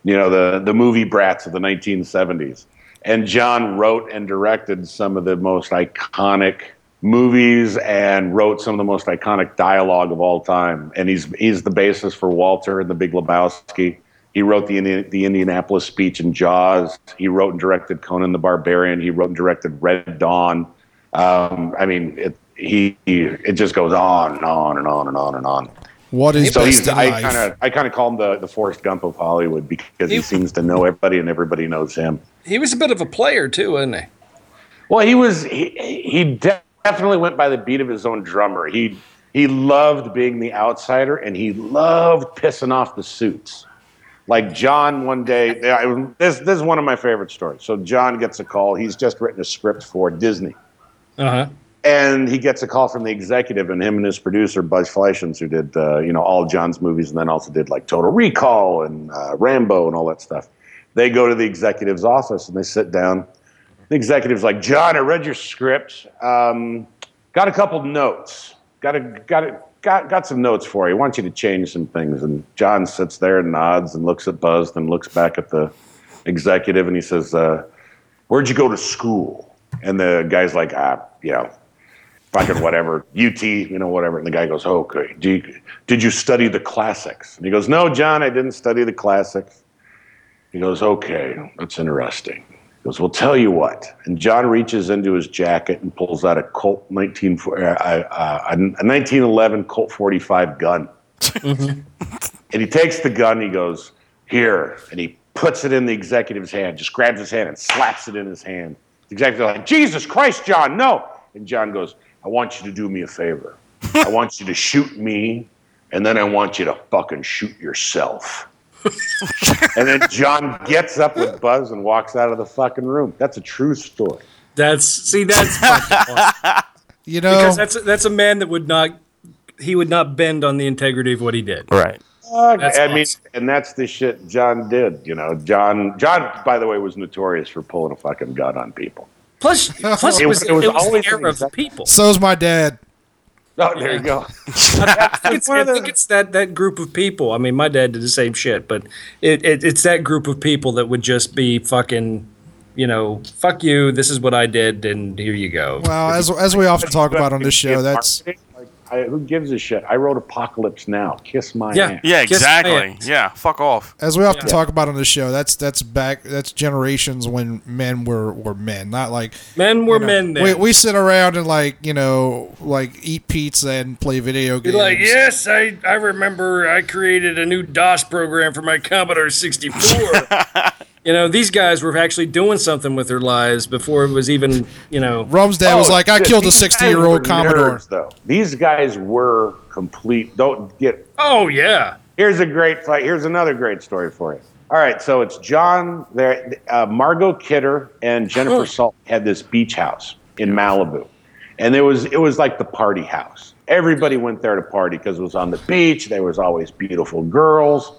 [SPEAKER 6] you know, the, the movie brats of the 1970s. And John wrote and directed some of the most iconic movies and wrote some of the most iconic dialogue of all time. And he's, he's the basis for Walter and the Big Lebowski. He wrote the, Indi- the Indianapolis speech in Jaws. He wrote and directed Conan the Barbarian. He wrote and directed Red Dawn. Um, I mean, it, he, he it just goes on and on and on and on and on.
[SPEAKER 4] What is
[SPEAKER 6] So
[SPEAKER 4] best
[SPEAKER 6] he's
[SPEAKER 4] in
[SPEAKER 6] I
[SPEAKER 4] life?
[SPEAKER 6] kind of I kind of call him the the Forrest Gump of Hollywood because he seems to know everybody and everybody knows him.
[SPEAKER 7] He was a bit of a player too, wasn't he?
[SPEAKER 6] Well, he was he he de- definitely went by the beat of his own drummer. He he loved being the outsider and he loved pissing off the suits. Like John, one day, I, this this is one of my favorite stories. So John gets a call. He's just written a script for Disney.
[SPEAKER 7] Uh-huh.
[SPEAKER 6] and he gets a call from the executive and him and his producer buzz fleischens who did uh, you know all john's movies and then also did like total recall and uh, rambo and all that stuff they go to the executive's office and they sit down the executive's like john i read your script um, got a couple notes got a got a Got, got some notes for you. I want you to change some things. And John sits there and nods and looks at Buzz and looks back at the executive and he says, uh, Where'd you go to school? And the guy's like, ah, you know, fucking whatever, UT, you know, whatever. And the guy goes, oh, okay. Do you, did you study the classics? And he goes, no, John, I didn't study the classics. He goes, okay, that's interesting. He goes, well, tell you what. And John reaches into his jacket and pulls out a Colt 19, uh, uh, a 1911 Colt 45 gun. and he takes the gun, he goes, here. And he puts it in the executive's hand, just grabs his hand and slaps it in his hand. The executive's like, Jesus Christ, John, no. And John goes, I want you to do me a favor. I want you to shoot me, and then I want you to fucking shoot yourself. and then John gets up with Buzz and walks out of the fucking room. That's a true story.
[SPEAKER 5] That's see, that's fucking awesome.
[SPEAKER 4] You know,
[SPEAKER 5] because that's that's a man that would not he would not bend on the integrity of what he did.
[SPEAKER 2] Right.
[SPEAKER 5] That's
[SPEAKER 6] I mean,
[SPEAKER 5] awesome.
[SPEAKER 6] and that's the shit John did. You know, John. John, by the way, was notorious for pulling a fucking gun on people.
[SPEAKER 5] Plus, plus it was, it was, always the
[SPEAKER 6] an
[SPEAKER 5] era of the
[SPEAKER 6] exact-
[SPEAKER 5] people.
[SPEAKER 4] so's my dad.
[SPEAKER 6] Oh, there you go.
[SPEAKER 5] I think it's, I think it's that, that group of people. I mean, my dad did the same shit, but it, it, it's that group of people that would just be fucking, you know, fuck you. This is what I did, and here you go.
[SPEAKER 4] Well, as as we often talk about on this show, that's
[SPEAKER 6] Like, I, who gives a shit? I wrote Apocalypse Now. Kiss my
[SPEAKER 5] Yeah.
[SPEAKER 6] ass.
[SPEAKER 2] Yeah,
[SPEAKER 5] Kiss my
[SPEAKER 2] exactly.
[SPEAKER 5] ass.
[SPEAKER 2] Yeah, fuck off.
[SPEAKER 4] as we often talk about on this show, that's that's back that's generations when men were were men, not like
[SPEAKER 5] Men were men then.
[SPEAKER 4] we, we sit around and like you know like eat pizza and play video games.
[SPEAKER 5] like, yes, I, I remember I created a new DOS program for my Commodore 64. you know, these guys were actually doing something with their lives before it was even, you know.
[SPEAKER 4] Rum's dad was
[SPEAKER 6] Oh,
[SPEAKER 4] like, I
[SPEAKER 6] shit.
[SPEAKER 4] killed a
[SPEAKER 6] These guys
[SPEAKER 4] 60 year old
[SPEAKER 6] were
[SPEAKER 4] Commodore.
[SPEAKER 6] nerds, though. These guys were complete. Don't get
[SPEAKER 5] Oh, yeah.
[SPEAKER 6] Here's a great fight. Here's another great story for you. All right, so it's John there. Uh, Margot Kidder and Jennifer Salt had this beach house in Malibu, and it was it was like the party house. Everybody went there to party because it was on the beach. There was always beautiful girls.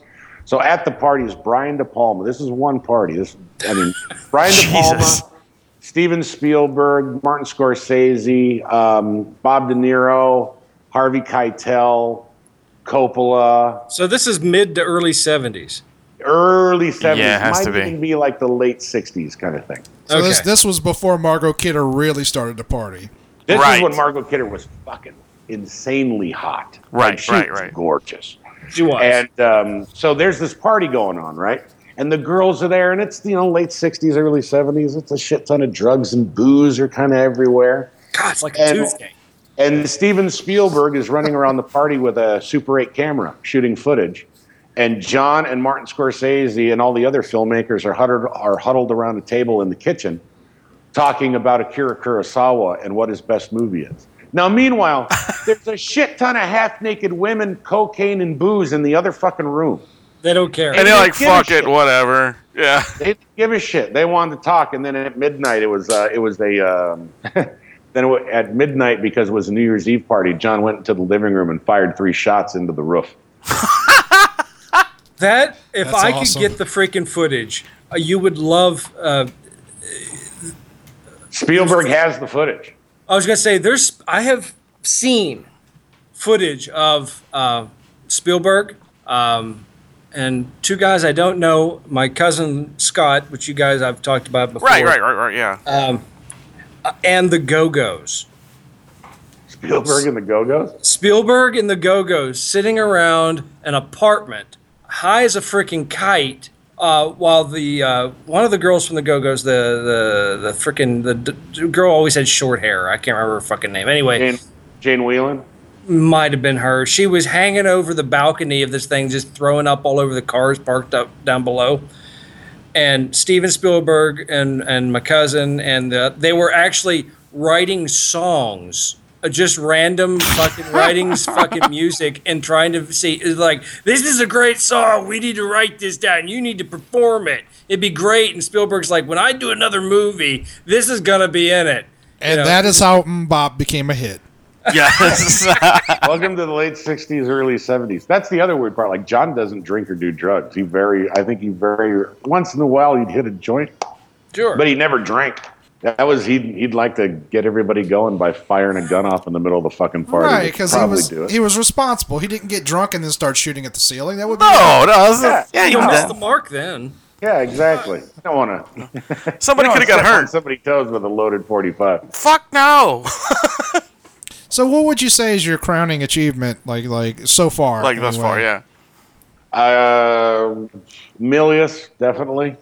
[SPEAKER 6] So at the parties, Brian De Palma. This is one party. This I mean, Brian De
[SPEAKER 2] Jesus.
[SPEAKER 6] Palma, Steven Spielberg, Martin Scorsese, um, Bob De Niro, Harvey Keitel, Coppola
[SPEAKER 5] So this is mid to early 70s.
[SPEAKER 6] early 70s.
[SPEAKER 2] Yeah, it has
[SPEAKER 6] Might
[SPEAKER 2] to be.
[SPEAKER 6] even be like the late 60s kind of thing.
[SPEAKER 4] So this
[SPEAKER 5] Okay.
[SPEAKER 4] this was before Margot Kidder really started to party.
[SPEAKER 6] This
[SPEAKER 2] Right.
[SPEAKER 6] is when Margot Kidder was fucking insanely hot.
[SPEAKER 2] Right,
[SPEAKER 6] Like, she
[SPEAKER 2] right,
[SPEAKER 6] was
[SPEAKER 2] right.
[SPEAKER 6] Gorgeous.
[SPEAKER 5] She was.
[SPEAKER 6] And um, so there's this party going on, right? And the girls are there, and it's you know late 60s, early 70s. It's a shit ton of drugs and booze are kind of everywhere.
[SPEAKER 5] God, it's like a
[SPEAKER 6] and-
[SPEAKER 5] Tuesday.
[SPEAKER 6] And Steven Spielberg is running around the party with a Super 8 camera shooting footage. And John and Martin Scorsese and all the other filmmakers are huddled, are huddled around a table in the kitchen talking about Akira Kurosawa and what his best movie is. Now, meanwhile, there's a shit ton of half naked women, cocaine, and booze in the other fucking room.
[SPEAKER 5] They don't care.
[SPEAKER 2] And they're
[SPEAKER 6] they
[SPEAKER 2] like,
[SPEAKER 6] give a
[SPEAKER 2] fuck it,
[SPEAKER 6] shit.
[SPEAKER 2] whatever. Yeah.
[SPEAKER 6] They didn't give a shit. They wanted to talk, and then at midnight it was uh, it was a um, then it, wa- at midnight because it was a New Year's Eve party. John went into the living room and fired three shots into the roof.
[SPEAKER 5] That if
[SPEAKER 4] That's
[SPEAKER 5] I
[SPEAKER 4] awesome.
[SPEAKER 5] could get the freaking footage, uh, you would love. Uh,
[SPEAKER 6] Spielberg has the footage.
[SPEAKER 5] I was gonna say there's. I have seen footage of uh, Spielberg um, and two guys I don't know. My cousin Scott, which you guys I've talked about before,
[SPEAKER 2] Right, right, right, right. Yeah.
[SPEAKER 5] and the Go Go's.
[SPEAKER 6] Spielberg and the Go Go's.
[SPEAKER 5] Spielberg and the Go Go's sitting around an apartment high as a freaking kite. Uh, while the uh, one of the girls from the Go Go's, the the the freaking the, d girl always had short hair. I can't remember her fucking name. Anyway,
[SPEAKER 6] Jane, Jane Whelan.
[SPEAKER 5] might have been her. She was hanging over the balcony of this thing, just throwing up all over the cars parked up down below. And Steven Spielberg and and my cousin and the, they were actually writing songs, uh, just random fucking writings, fucking music, and trying to see it's like this is a great song. We need to write this down. You need to perform it. It'd be great. And Spielberg's like, when I do another movie, this is gonna be in it.
[SPEAKER 4] And
[SPEAKER 5] know.
[SPEAKER 4] that is how Mbop became a hit.
[SPEAKER 2] Yeah.
[SPEAKER 6] Welcome to the late '60s, early '70s. That's the other weird part. Like John doesn't drink or do drugs. He very, I think he very once in a while he'd hit a joint,
[SPEAKER 5] Sure.
[SPEAKER 6] but he never drank. That was he'd he'd like to get everybody going by firing a gun off in the middle of the fucking party.
[SPEAKER 4] Right,
[SPEAKER 6] He'd
[SPEAKER 4] because he
[SPEAKER 6] probably
[SPEAKER 4] was
[SPEAKER 6] do it.
[SPEAKER 4] he was responsible. He didn't get drunk and then start shooting at the ceiling. That would be
[SPEAKER 2] no, no. this is- Yeah, you
[SPEAKER 5] you
[SPEAKER 2] did that.
[SPEAKER 5] missed the mark then.
[SPEAKER 6] Yeah, exactly. I don't want to.
[SPEAKER 2] Somebody could have got hurt.
[SPEAKER 6] Somebody toes with a loaded forty-five.
[SPEAKER 2] Fuck no.
[SPEAKER 4] So what would you say is your crowning achievement like like so far?
[SPEAKER 2] Like thus far,
[SPEAKER 4] anyway?
[SPEAKER 2] yeah.
[SPEAKER 6] Uh, Milius, definitely.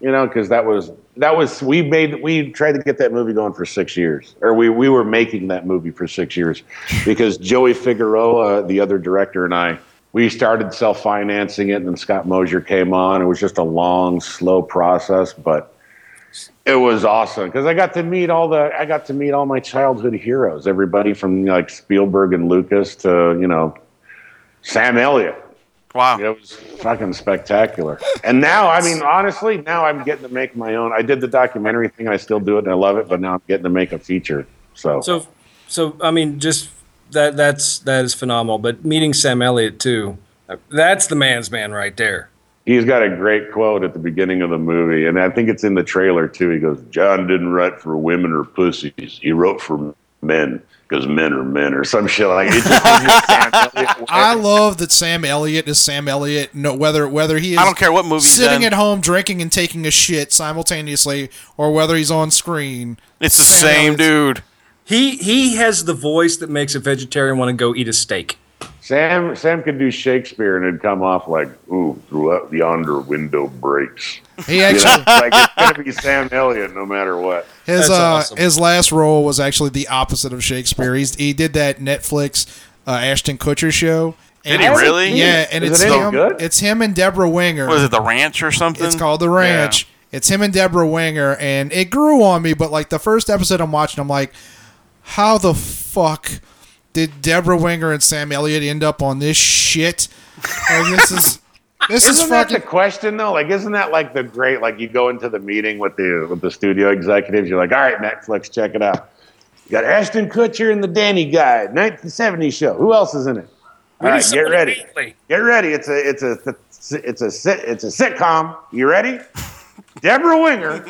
[SPEAKER 6] You know, because that was that was we made we tried to get that movie going for six years, or we we were making that movie for six years, because Joey Figueroa, the other director, and I. We started self financing it, and then Scott Mosier came on. It was just a long, slow process, but it was awesome because I got to meet all the I got to meet all my childhood heroes. Everybody from like Spielberg and Lucas to you know Sam Elliott.
[SPEAKER 2] Wow.
[SPEAKER 6] It was fucking spectacular. And now, I mean, honestly, now I'm getting to make my own. I did the documentary thing, and I still do it, and I love it. But now I'm getting to make a feature. So,
[SPEAKER 7] So, so I mean, just that that's that is phenomenal. But meeting Sam Elliott too, that's the man's man right there.
[SPEAKER 6] he's got a great quote at the beginning of the movie, and I think it's in the trailer too. He goes, "John didn't write for women or pussies. He wrote for men because men are men or some shit like." It just gives you a Sam Elliott way.
[SPEAKER 4] I love that Sam Elliott is Sam Elliott. No, whether whether he is
[SPEAKER 2] I don't care what movie he's
[SPEAKER 4] sitting
[SPEAKER 2] in.
[SPEAKER 4] at home drinking and taking a shit simultaneously, or whether he's on screen.
[SPEAKER 2] It's the
[SPEAKER 4] Sam
[SPEAKER 2] same
[SPEAKER 4] Elliott's-
[SPEAKER 2] dude.
[SPEAKER 7] He he has the voice that makes a vegetarian want to go eat a steak.
[SPEAKER 6] Sam Sam could do Shakespeare and it'd come off like, "Ooh, throughout yonder window breaks."
[SPEAKER 4] He
[SPEAKER 6] You
[SPEAKER 4] actually
[SPEAKER 6] know, like it's gonna be Sam Elliott no matter what.
[SPEAKER 4] his
[SPEAKER 7] That's
[SPEAKER 4] uh
[SPEAKER 7] awesome.
[SPEAKER 4] his last role was actually the opposite of Shakespeare. He's, he did that Netflix uh, Ashton Kutcher show.
[SPEAKER 2] Did
[SPEAKER 4] And
[SPEAKER 2] he
[SPEAKER 4] it's-
[SPEAKER 2] really?
[SPEAKER 4] Yeah, and
[SPEAKER 6] Is
[SPEAKER 4] it's
[SPEAKER 6] it any
[SPEAKER 4] him.
[SPEAKER 6] good?
[SPEAKER 4] It's him and Deborah Winger.
[SPEAKER 2] Was it The Ranch or something?
[SPEAKER 4] It's called The Ranch. It's him and Deborah Winger, and it grew on me. But like the first episode I'm watching, I'm like, how the fuck did Deborah Winger and Sam Elliott end up on this shit? Like, this is this is
[SPEAKER 6] Isn't that the
[SPEAKER 4] fucking.
[SPEAKER 6] question though? Like, isn't that like the great? Like, you go into the meeting with the with the studio executives. You're like, all right, Netflix, check it out. You got Ashton Kutcher and the Danny guy, 1970 show. Who else is in it? All right, get ready, get ready. It's a it's a it's a it's a, sit- it's a sitcom. You ready? Deborah Winger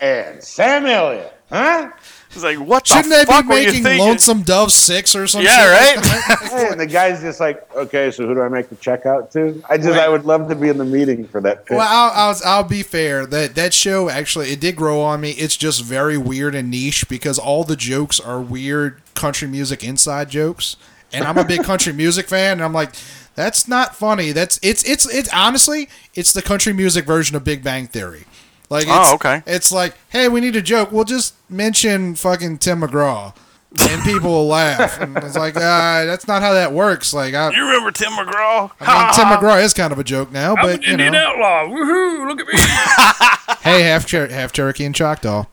[SPEAKER 6] and Sam Elliott, huh?
[SPEAKER 2] It's like what the
[SPEAKER 4] Shouldn't they
[SPEAKER 2] fuck
[SPEAKER 4] be
[SPEAKER 2] were you
[SPEAKER 4] making
[SPEAKER 2] thinking?
[SPEAKER 4] Lonesome Dove six or something?
[SPEAKER 2] yeah, right.
[SPEAKER 6] And the guy's just like, okay, so who do I make the check out to? I just I would love to be in the meeting for that. pitch.
[SPEAKER 4] Well, I'll, I'll, I'll be fair. That that show actually it did grow on me. It's just very weird and niche because all the jokes are weird country music inside jokes, and I'm a big country music fan, and I'm like, that's not funny. That's it's it's it's honestly it's the country music version of Big Bang Theory. Like
[SPEAKER 2] Oh,
[SPEAKER 4] it's,
[SPEAKER 2] okay.
[SPEAKER 4] It's like, hey, we need a joke. We'll just mention fucking Tim McGraw, and people will laugh. And it's like, uh, that's not how that works. Like, I, I mean,
[SPEAKER 2] you remember Tim McGraw?
[SPEAKER 4] Tim McGraw is kind of a joke now, but you know.
[SPEAKER 7] outlaw. Woohoo! Look at me.
[SPEAKER 4] Hey, half Cher- half Cherokee and Choctaw.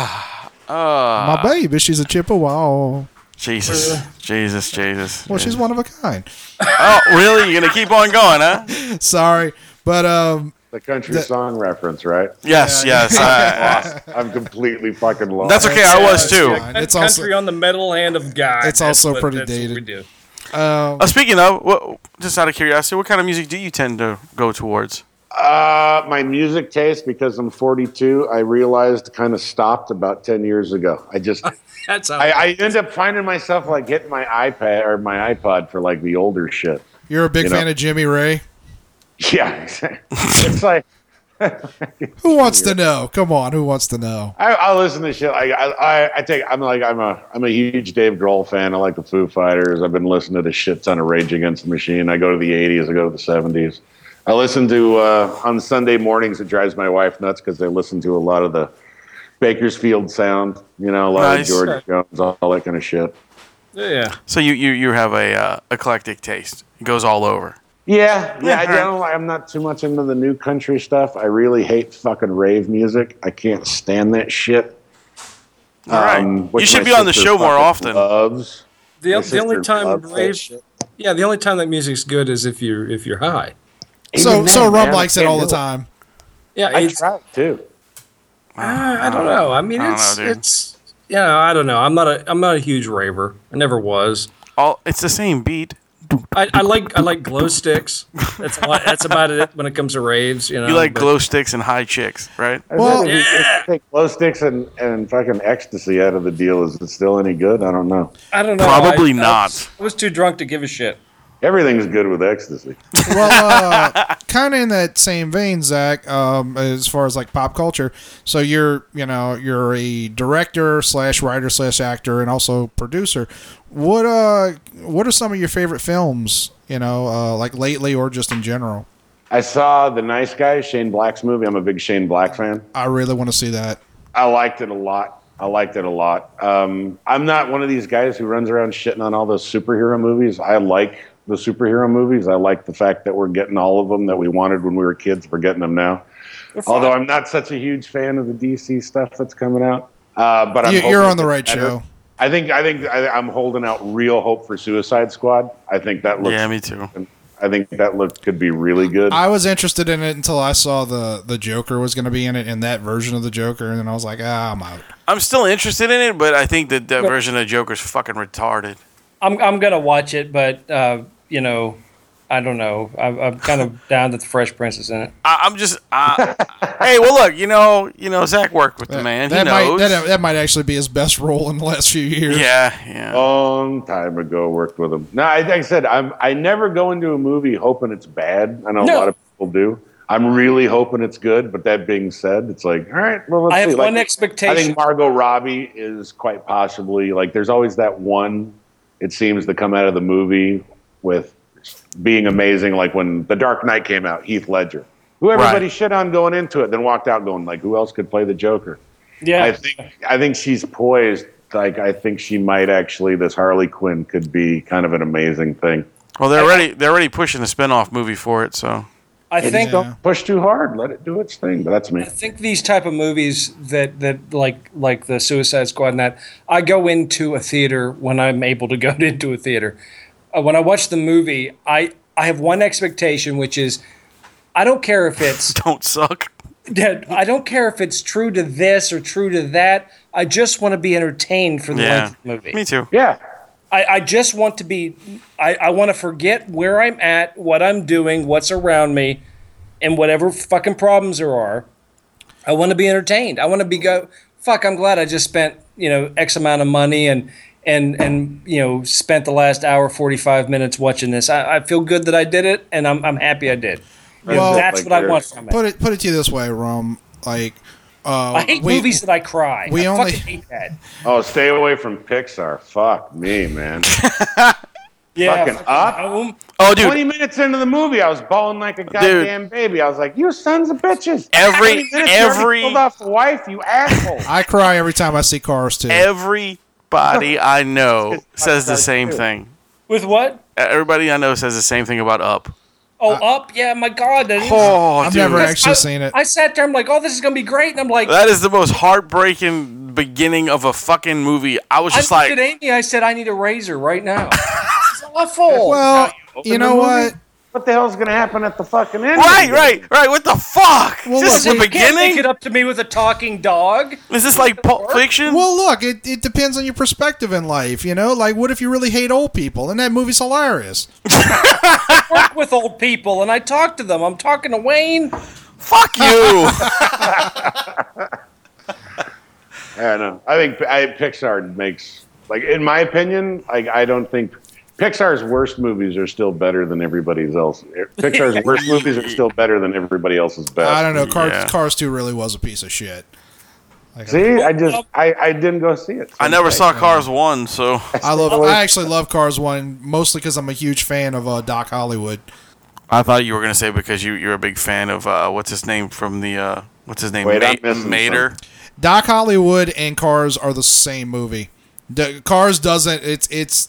[SPEAKER 6] Ah,
[SPEAKER 4] Uh, My baby, she's a Chippewa.
[SPEAKER 2] Jesus, Jesus, Jesus.
[SPEAKER 4] uh, Well, she's one of a kind.
[SPEAKER 2] Oh, really? You're gonna keep on going, huh?
[SPEAKER 4] Sorry, but um,
[SPEAKER 6] the country song reference, right?
[SPEAKER 2] Yes, yes. I- I-
[SPEAKER 6] I'm completely fucking lost.
[SPEAKER 2] that's okay. I was too.
[SPEAKER 4] fine. It's
[SPEAKER 7] country
[SPEAKER 4] also
[SPEAKER 7] on the metal hand of God. That's
[SPEAKER 4] It's also
[SPEAKER 7] what-
[SPEAKER 4] pretty
[SPEAKER 7] that's what
[SPEAKER 4] dated.
[SPEAKER 7] we do.
[SPEAKER 2] Uh, speaking of, what, just out of curiosity, what kind of music do you tend to go towards?
[SPEAKER 6] Uh, my music taste, because I'm 42, I realized kind of stopped about 10 years ago. I just,
[SPEAKER 7] That's how
[SPEAKER 6] I, I end up finding myself like getting my iPad or my iPod for like the older shit.
[SPEAKER 4] you're a big
[SPEAKER 6] You know.
[SPEAKER 4] fan of Jimmy Ray.
[SPEAKER 6] Yeah, it's like
[SPEAKER 4] Who wants to know? Come on, who wants to know?
[SPEAKER 6] I, I listen to shit. Like I, I, I take. I'm like I'm a I'm a huge Dave Grohl fan. I like the Foo Fighters. I've been listening to the shit ton of Rage Against the Machine. I go to the 80s. I go to the 70s. I listen to uh, on Sunday mornings. It drives my wife nuts because they listen to a lot of the Bakersfield sound. You know, a lot
[SPEAKER 2] Nice.
[SPEAKER 6] of George Jones, all that kind of shit.
[SPEAKER 7] yeah.
[SPEAKER 2] So you you, you have a uh, eclectic taste. It goes all over.
[SPEAKER 6] Yeah, yeah. I
[SPEAKER 2] alright.
[SPEAKER 6] don't. I'm not too much into the new country stuff. I really hate fucking rave music. I can't stand that shit. Um,
[SPEAKER 2] All right.
[SPEAKER 6] which
[SPEAKER 2] you should
[SPEAKER 6] my
[SPEAKER 2] be on the
[SPEAKER 6] sister
[SPEAKER 2] show more
[SPEAKER 6] fucking
[SPEAKER 2] often.
[SPEAKER 6] Loves.
[SPEAKER 7] The,
[SPEAKER 6] My
[SPEAKER 7] the only
[SPEAKER 6] sister
[SPEAKER 7] time
[SPEAKER 6] loves that
[SPEAKER 7] rave,
[SPEAKER 6] shit.
[SPEAKER 7] yeah, the only time that music's good is if you're if you're high.
[SPEAKER 4] So,
[SPEAKER 6] Even
[SPEAKER 4] so
[SPEAKER 6] then,
[SPEAKER 4] Rob
[SPEAKER 6] man, I
[SPEAKER 4] likes it
[SPEAKER 6] can't
[SPEAKER 4] all
[SPEAKER 6] do
[SPEAKER 4] the time.
[SPEAKER 7] Yeah,
[SPEAKER 6] I
[SPEAKER 7] it's,
[SPEAKER 6] tried too.
[SPEAKER 7] I, I don't know. I mean,
[SPEAKER 2] I don't
[SPEAKER 7] it's
[SPEAKER 2] know, dude.
[SPEAKER 7] it's yeah, I don't know. I'm not a I'm not a huge raver. I never was.
[SPEAKER 2] All it's the same beat.
[SPEAKER 7] I, I like I like glow sticks. That's a lot, that's about it when it comes to raves. You know,
[SPEAKER 4] Um,
[SPEAKER 2] You like
[SPEAKER 7] but-
[SPEAKER 2] glow sticks and high chicks, right?
[SPEAKER 4] Well,
[SPEAKER 6] If you- if you take glow sticks and, and fucking ecstasy out of the deal, is it still any good? I don't know.
[SPEAKER 5] I don't know.
[SPEAKER 2] Probably
[SPEAKER 5] I- I
[SPEAKER 2] not.
[SPEAKER 5] was- I was too drunk to give a shit.
[SPEAKER 6] Everything's good with ecstasy.
[SPEAKER 4] well, uh, kind of in that same vein, Zach. Um, as far as like pop culture, so you're you know you're a director slash writer slash actor and also producer. What uh what are some of your favorite films? You know, uh, like lately or just in general.
[SPEAKER 6] I saw The Nice Guy, Shane Black's movie. I'm a big Shane Black fan.
[SPEAKER 4] I really want to see that.
[SPEAKER 6] I liked it a lot. I liked it a lot. Um, I'm not one of these guys who runs around shitting on all those superhero movies. I like the superhero movies. I like the fact that we're getting all of them that we wanted when we were kids. We're getting them now. Although I'm not such a huge fan of the DC stuff that's coming out. Uh, but I'm
[SPEAKER 4] You,
[SPEAKER 6] hoping
[SPEAKER 4] you're
[SPEAKER 6] it
[SPEAKER 4] on the
[SPEAKER 6] gets
[SPEAKER 4] right
[SPEAKER 6] better.
[SPEAKER 4] show.
[SPEAKER 6] I think I think I, I'm holding out real hope for Suicide Squad. I think that looks.
[SPEAKER 2] Yeah, me too.
[SPEAKER 6] I think that look could be really good.
[SPEAKER 4] I was interested in it until I saw the the Joker was going to be in it in that version of the Joker, and then I was like, ah, I'm out.
[SPEAKER 2] I'm still interested in it, but I think that that version of Joker's fucking retarded.
[SPEAKER 5] I'm I'm gonna watch it, but uh, you know, I don't know. I'm, I'm kind of down that the Fresh Prince is in it.
[SPEAKER 2] I, I'm just, I, hey, well, look, you know, you know, Zach worked with the man.
[SPEAKER 4] that
[SPEAKER 2] he knows.
[SPEAKER 4] might that, that might actually be his best role in the last few years.
[SPEAKER 2] yeah, yeah.
[SPEAKER 6] long time ago worked with him. No, I, like I said, I'm, I never go into a movie hoping it's bad. I know
[SPEAKER 5] No.
[SPEAKER 6] a lot of people do. I'm really hoping it's good, but that being said, it's like, all right, well, let's
[SPEAKER 5] I have
[SPEAKER 6] see.
[SPEAKER 5] one
[SPEAKER 6] Like, I
[SPEAKER 5] expectation.
[SPEAKER 6] think Margot Robbie is quite possibly like there's always that one it seems to come out of the movie with being amazing like when The Dark Knight came out, Heath Ledger. Who everybody shit on going into it, then walked out going like who else could play the Joker?
[SPEAKER 5] yeah,
[SPEAKER 6] I think I think she's poised like I think she might actually this Harley Quinn could be kind of an amazing thing.
[SPEAKER 2] Well, they're already they're already pushing the spin-off movie for it, so
[SPEAKER 5] I
[SPEAKER 6] They
[SPEAKER 5] think
[SPEAKER 6] just don't push too hard, let it do its thing, but that's me.
[SPEAKER 5] I think these type of movies that that like like the Suicide Squad and that I go into a theater when I'm able to go into a theater. Uh, when I watch the movie, I I have one expectation, which is I don't care if it's
[SPEAKER 2] don't suck.
[SPEAKER 5] that- I don't care if it's true to this or true to that. I just want to be entertained for the
[SPEAKER 2] Yeah,
[SPEAKER 5] length of the movie.
[SPEAKER 2] me too.
[SPEAKER 6] Yeah.
[SPEAKER 5] I, I just want to be I, I want to forget where I'm at, what I'm doing, what's around me, and whatever fucking problems there are. I want to be entertained. I want to be go fuck, I'm glad I just spent, you know, X amount of money and and and you know, spent the last hour forty five minutes watching this. I, I feel good that I did it and I'm I'm happy I did.
[SPEAKER 4] Well,
[SPEAKER 5] That's
[SPEAKER 6] Like
[SPEAKER 5] what I
[SPEAKER 6] there.
[SPEAKER 5] want from it.
[SPEAKER 4] put it put it to you this way, Rum. Like, uh,
[SPEAKER 5] I hate
[SPEAKER 4] we-
[SPEAKER 5] movies that I cry.
[SPEAKER 4] we
[SPEAKER 5] I
[SPEAKER 4] only-
[SPEAKER 5] fucking hate that.
[SPEAKER 6] Oh, stay away from Pixar. Fuck me, man.
[SPEAKER 5] Yeah,
[SPEAKER 6] Fucking up.
[SPEAKER 5] home.
[SPEAKER 2] Oh, dude,
[SPEAKER 6] 20 minutes into the movie, I was bawling like a goddamn baby. I was like, you sons of bitches.
[SPEAKER 2] Every-
[SPEAKER 6] 20 minutes, you already
[SPEAKER 2] every-
[SPEAKER 6] killed off the wife, you asshole.
[SPEAKER 4] I cry every time I see Cars too.
[SPEAKER 2] everybody I know says the
[SPEAKER 6] That's
[SPEAKER 2] same
[SPEAKER 6] true.
[SPEAKER 2] thing.
[SPEAKER 5] With what?
[SPEAKER 2] Everybody I know says the same thing about Up.
[SPEAKER 5] Oh,
[SPEAKER 4] Uh,
[SPEAKER 5] up? Yeah, my God. that is-
[SPEAKER 2] Oh,
[SPEAKER 4] I've
[SPEAKER 2] dude,
[SPEAKER 4] never
[SPEAKER 5] That's-
[SPEAKER 4] actually
[SPEAKER 5] I-
[SPEAKER 4] seen it.
[SPEAKER 5] I sat there. I'm like, oh, this is gonna be great, and I'm like,
[SPEAKER 2] that is the most heartbreaking beginning of a fucking movie. I was
[SPEAKER 5] I
[SPEAKER 2] just
[SPEAKER 5] looked
[SPEAKER 2] like,
[SPEAKER 5] at Amy. I said, I need a razor right now. it's awful.
[SPEAKER 4] well, you know what?
[SPEAKER 6] What the hell's going to happen at the fucking end?
[SPEAKER 2] right, right, right. What the fuck?
[SPEAKER 4] Well,
[SPEAKER 2] this
[SPEAKER 4] look,
[SPEAKER 2] is the
[SPEAKER 5] you can't make
[SPEAKER 2] beginning.
[SPEAKER 5] it up to me with a talking dog.
[SPEAKER 2] Is this like Pulp Fiction?
[SPEAKER 4] Well, look, it, it depends on your perspective in life. You know, like, what if you really hate old people? And that movie's hilarious.
[SPEAKER 5] Work with old people, and I talk to them. I'm talking to Wayne.
[SPEAKER 2] fuck you.
[SPEAKER 6] I don't know. I think I, Pixar makes, like, in my opinion, like, I don't think Pixar's worst movies are still better than everybody's else. Pixar's worst movies are still better than everybody else's best.
[SPEAKER 4] I don't know. Cars,
[SPEAKER 2] Yeah.
[SPEAKER 4] Cars 2 really was a piece of shit. Like,
[SPEAKER 6] See, I just, I, I didn't go see it.
[SPEAKER 2] I never saw Cars one, so
[SPEAKER 4] I love. I actually love Cars 1 mostly because I'm a huge fan of uh, Doc Hollywood.
[SPEAKER 2] I thought you were gonna say because you you're a big fan of uh, what's his name from the uh, what's his name
[SPEAKER 6] Wait, I'm
[SPEAKER 2] Ma-
[SPEAKER 6] missing
[SPEAKER 2] Mater.
[SPEAKER 4] Doc Hollywood and Cars are the same movie. The, Cars doesn't. It's it's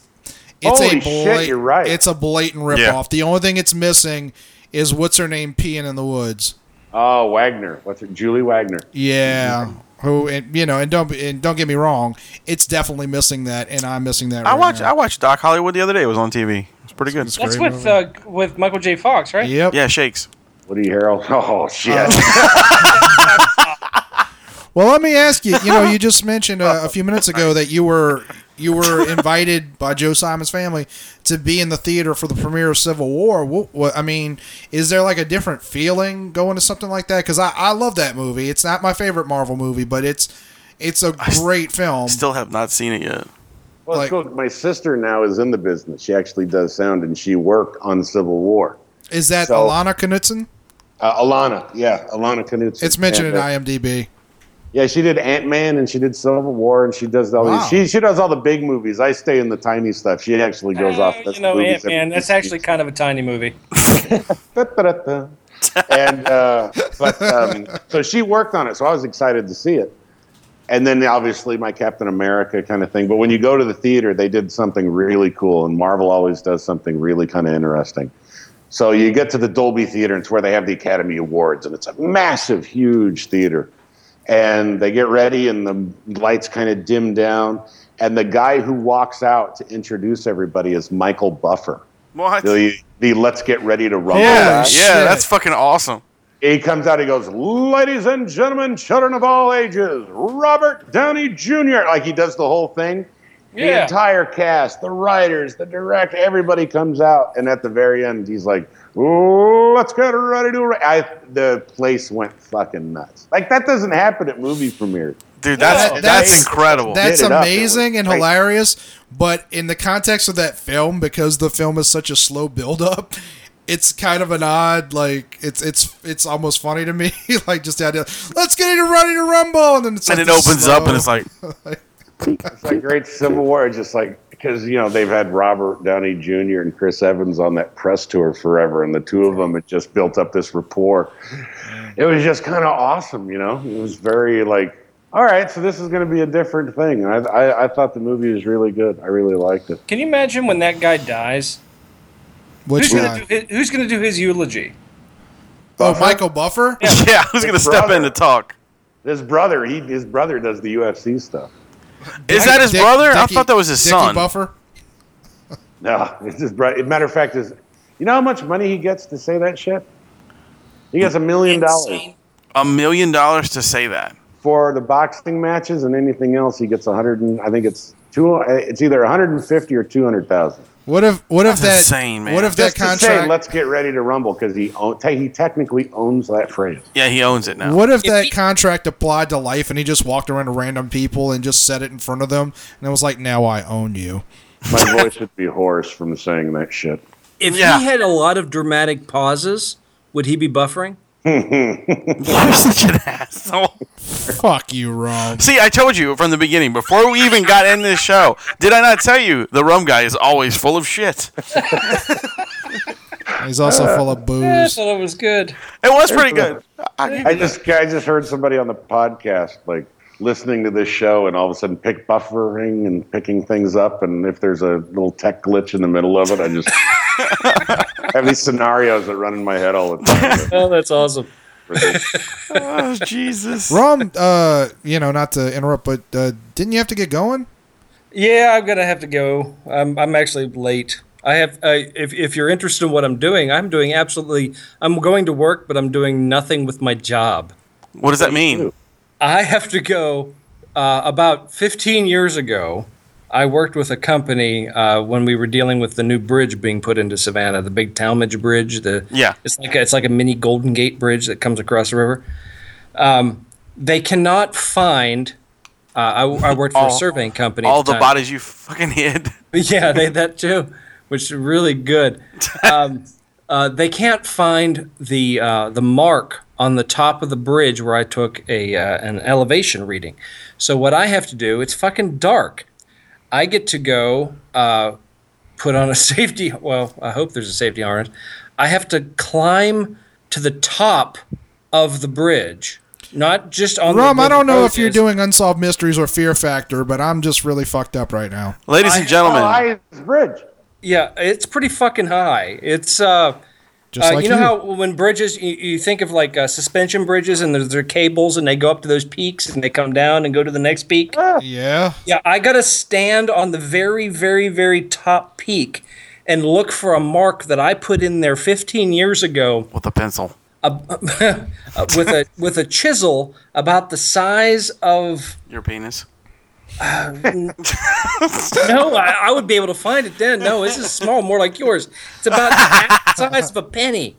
[SPEAKER 4] it's
[SPEAKER 6] Holy
[SPEAKER 4] a
[SPEAKER 6] shit,
[SPEAKER 4] blat-
[SPEAKER 6] you're right.
[SPEAKER 4] It's a blatant ripoff.
[SPEAKER 2] Yeah.
[SPEAKER 4] The only thing it's missing is what's her name peeing in the woods.
[SPEAKER 6] Oh, Wagner. What's it? Julie Wagner.
[SPEAKER 4] Yeah. Who and you know and don't and don't get me wrong, it's definitely missing that, and I'm missing that.
[SPEAKER 2] I
[SPEAKER 4] right
[SPEAKER 2] watched I
[SPEAKER 4] now.
[SPEAKER 2] watched Doc Hollywood the other day. It was on TV. It's pretty good.
[SPEAKER 5] That's
[SPEAKER 4] Great
[SPEAKER 5] with uh, with Michael J. Fox, right?
[SPEAKER 4] Yep.
[SPEAKER 2] Yeah, shakes.
[SPEAKER 6] Woody Harrelson. Oh, shit.
[SPEAKER 4] Uh, Well, let me ask you. You know, you just mentioned uh, a few minutes ago that you were you were invited by Joe Simon's family to be in the theater for the premiere of Civil War. What, what I mean, is there like a different feeling going to something like that? Because I, I love that movie. It's not my favorite Marvel movie, but it's it's a great film.
[SPEAKER 2] Still have not seen it yet.
[SPEAKER 6] Well,
[SPEAKER 4] Like-
[SPEAKER 6] it's cool. My sister now is in the business. She actually does sound, and she worked on Civil War.
[SPEAKER 4] Is that
[SPEAKER 6] So-
[SPEAKER 4] Alana Knutson?
[SPEAKER 6] Uh, Alana, yeah, Alana Knutson.
[SPEAKER 4] It's mentioned in
[SPEAKER 6] And, uh,
[SPEAKER 4] IMDb.
[SPEAKER 6] Yeah, she did Ant Man, and she did Civil War, and she does all
[SPEAKER 4] Wow.
[SPEAKER 6] these. She she does all the big movies. I stay in the tiny stuff. She actually goes
[SPEAKER 5] Uh,
[SPEAKER 6] off. does
[SPEAKER 5] you know,
[SPEAKER 6] movies
[SPEAKER 5] Ant Man.
[SPEAKER 6] every-
[SPEAKER 5] That's actually kind of a tiny movie.
[SPEAKER 6] Da-da-da-da. and uh, but um, so she worked on it, so I was excited to see it. And then obviously my Captain America kind of thing. But when you go to the theater, they did something really cool, and Marvel always does something really kind of interesting. So you get to the Dolby Theater, and it's where they have the Academy Awards, and it's a massive, huge theater. And they get ready, and the lights kind of dim down. And the guy who walks out to introduce everybody is Michael Buffer.
[SPEAKER 2] What? Yeah,
[SPEAKER 6] The, the let's get ready to rumble.
[SPEAKER 4] Yeah,
[SPEAKER 6] act.
[SPEAKER 4] yeah. Shit.
[SPEAKER 2] that's fucking awesome.
[SPEAKER 6] He comes out. He goes, "Ladies and gentlemen, children of all ages, Robert Downey Jr." Like he does the whole thing. The
[SPEAKER 8] Yeah.
[SPEAKER 6] entire cast, the writers, the director, everybody comes out, and at the very end, he's like, "Let's get ready to." Ra-. I the place went fucking nuts. Like that doesn't happen at movie premieres.
[SPEAKER 2] Dude, that's
[SPEAKER 4] that-
[SPEAKER 2] that's,
[SPEAKER 4] that's-
[SPEAKER 2] incredible.
[SPEAKER 4] That's
[SPEAKER 6] it up. It
[SPEAKER 4] amazing
[SPEAKER 6] was
[SPEAKER 4] and
[SPEAKER 6] great.
[SPEAKER 4] hilarious, but in the context of that film, because the film is such a slow build up, it's kind of an odd like it's it's it's almost funny to me. like just the idea, let's get into ready to rumble, and then it's
[SPEAKER 2] and
[SPEAKER 4] like
[SPEAKER 2] it
[SPEAKER 4] this
[SPEAKER 2] opens up and it's
[SPEAKER 4] slow-
[SPEAKER 2] like,
[SPEAKER 6] It's like great Civil War. It's just like because you know they've had Robert Downey Jr. and Chris Evans on that press tour forever, and the two of them had just built up this rapport. It was just kind of awesome, you know. It was very like, all right, so this is going to be a different thing. And I, I, I thought the movie was really good. I really liked it.
[SPEAKER 8] Can you imagine when that guy dies?
[SPEAKER 4] which
[SPEAKER 8] Who's
[SPEAKER 4] guy?
[SPEAKER 8] gonna do his, who's gonna do his eulogy?
[SPEAKER 4] Oh, Michael Buffer.
[SPEAKER 2] yeah, I was gonna step in to
[SPEAKER 6] brother.
[SPEAKER 2] talk.
[SPEAKER 6] His brother, he his brother does the UFC stuff.
[SPEAKER 2] Is that his
[SPEAKER 4] Dick-
[SPEAKER 2] brother? I
[SPEAKER 4] Dickie-
[SPEAKER 2] thought that was his
[SPEAKER 4] Dickie
[SPEAKER 2] son.
[SPEAKER 4] Buffer.
[SPEAKER 6] No, it's his brother. Matter of fact, is you know how much money he gets to say that shit? He gets a million dollars.
[SPEAKER 2] A million dollars to say that.
[SPEAKER 6] for the boxing matches and anything else, he gets 100 and I think it's two. It's either 150 or 200,000.
[SPEAKER 4] What if what if that?
[SPEAKER 2] That's insane, man.
[SPEAKER 4] What if
[SPEAKER 6] Just
[SPEAKER 4] that
[SPEAKER 6] to say,
[SPEAKER 4] contract?
[SPEAKER 6] let's get ready to rumble because he own, te- he technically owns that phrase.
[SPEAKER 2] Yeah, he owns it now.
[SPEAKER 4] What if that
[SPEAKER 8] he-
[SPEAKER 4] contract applied to life and he just walked around to random people and just said it in front of them and it was like, now I own you?
[SPEAKER 6] My voice would be hoarse from saying that shit.
[SPEAKER 5] If
[SPEAKER 2] Yeah.
[SPEAKER 5] he had a lot of dramatic pauses, would he be buffering?
[SPEAKER 2] You're such an asshole.
[SPEAKER 4] Fuck you, Rome.
[SPEAKER 2] See, I told you from the beginning, before we even got in this show, did I not tell you the rum guy is always full of shit? It
[SPEAKER 4] He's also full of
[SPEAKER 8] I
[SPEAKER 4] booze.
[SPEAKER 8] thought it was good.
[SPEAKER 2] was pretty good.
[SPEAKER 6] I just I just heard somebody on the podcast like listening to this show and all of a sudden pick buffering and picking things up and if there's a little tech glitch in the middle of it, I just have these scenarios that run in my head all the time.
[SPEAKER 5] Oh, that's awesome.
[SPEAKER 2] Oh, Jesus.
[SPEAKER 4] Rom, uh, you know, not to interrupt, but uh, didn't you have to get going?
[SPEAKER 5] Yeah, I'm gonna have to go. I'm I'm actually late. I have. I if if you're interested in what I'm doing, I'm doing absolutely. I'm going to work, but I'm doing nothing with my job.
[SPEAKER 2] What does that mean?
[SPEAKER 5] I have to go. Uh, about 15 years ago, I worked with a company uh, when we were dealing with the new bridge being put into Savannah, the big Talmadge Bridge. The
[SPEAKER 2] Yeah.
[SPEAKER 5] it's like a, it's like a mini Golden Gate Bridge that comes across the river. Um, they cannot find. Uh, I, I worked for
[SPEAKER 2] All-
[SPEAKER 5] a surveying company. at
[SPEAKER 2] All the
[SPEAKER 5] time.
[SPEAKER 2] bodies you fucking hid.
[SPEAKER 5] Yeah, they that too, which is really good. Um, uh, they can't find the uh, the mark on the top of the bridge where I took a uh, an elevation reading. So what I have to do, it's fucking dark. I get to go uh, put on a safety. Well, I hope there's a safety harness. I have to climb to the top of the bridge, not just on. the,
[SPEAKER 4] Rom,
[SPEAKER 5] where
[SPEAKER 4] I
[SPEAKER 5] the
[SPEAKER 4] don't know
[SPEAKER 5] road
[SPEAKER 4] if you're
[SPEAKER 5] is.
[SPEAKER 4] doing Unsolved Mysteries or Fear Factor, but I'm just really fucked up right now.
[SPEAKER 2] Ladies and gentlemen,
[SPEAKER 6] bridge.
[SPEAKER 5] Yeah, it's pretty fucking high. It's. Uh,
[SPEAKER 4] Just
[SPEAKER 5] uh,
[SPEAKER 4] like
[SPEAKER 5] you
[SPEAKER 4] you.
[SPEAKER 5] know how when bridges, you, you think of like uh, suspension bridges, and there's their cables, and they go up to those peaks, and they come down and go to the next peak.
[SPEAKER 4] yeah.
[SPEAKER 5] Yeah, I gotta stand on the very, very, very top peak and look for a mark that I put in there 15 years ago
[SPEAKER 2] with a pencil.
[SPEAKER 5] uh, with a with a chisel about the size of.
[SPEAKER 2] Your penis.
[SPEAKER 5] No, I, I would be able to find it then. No, this is small, more like yours. It's about the half size of a penny.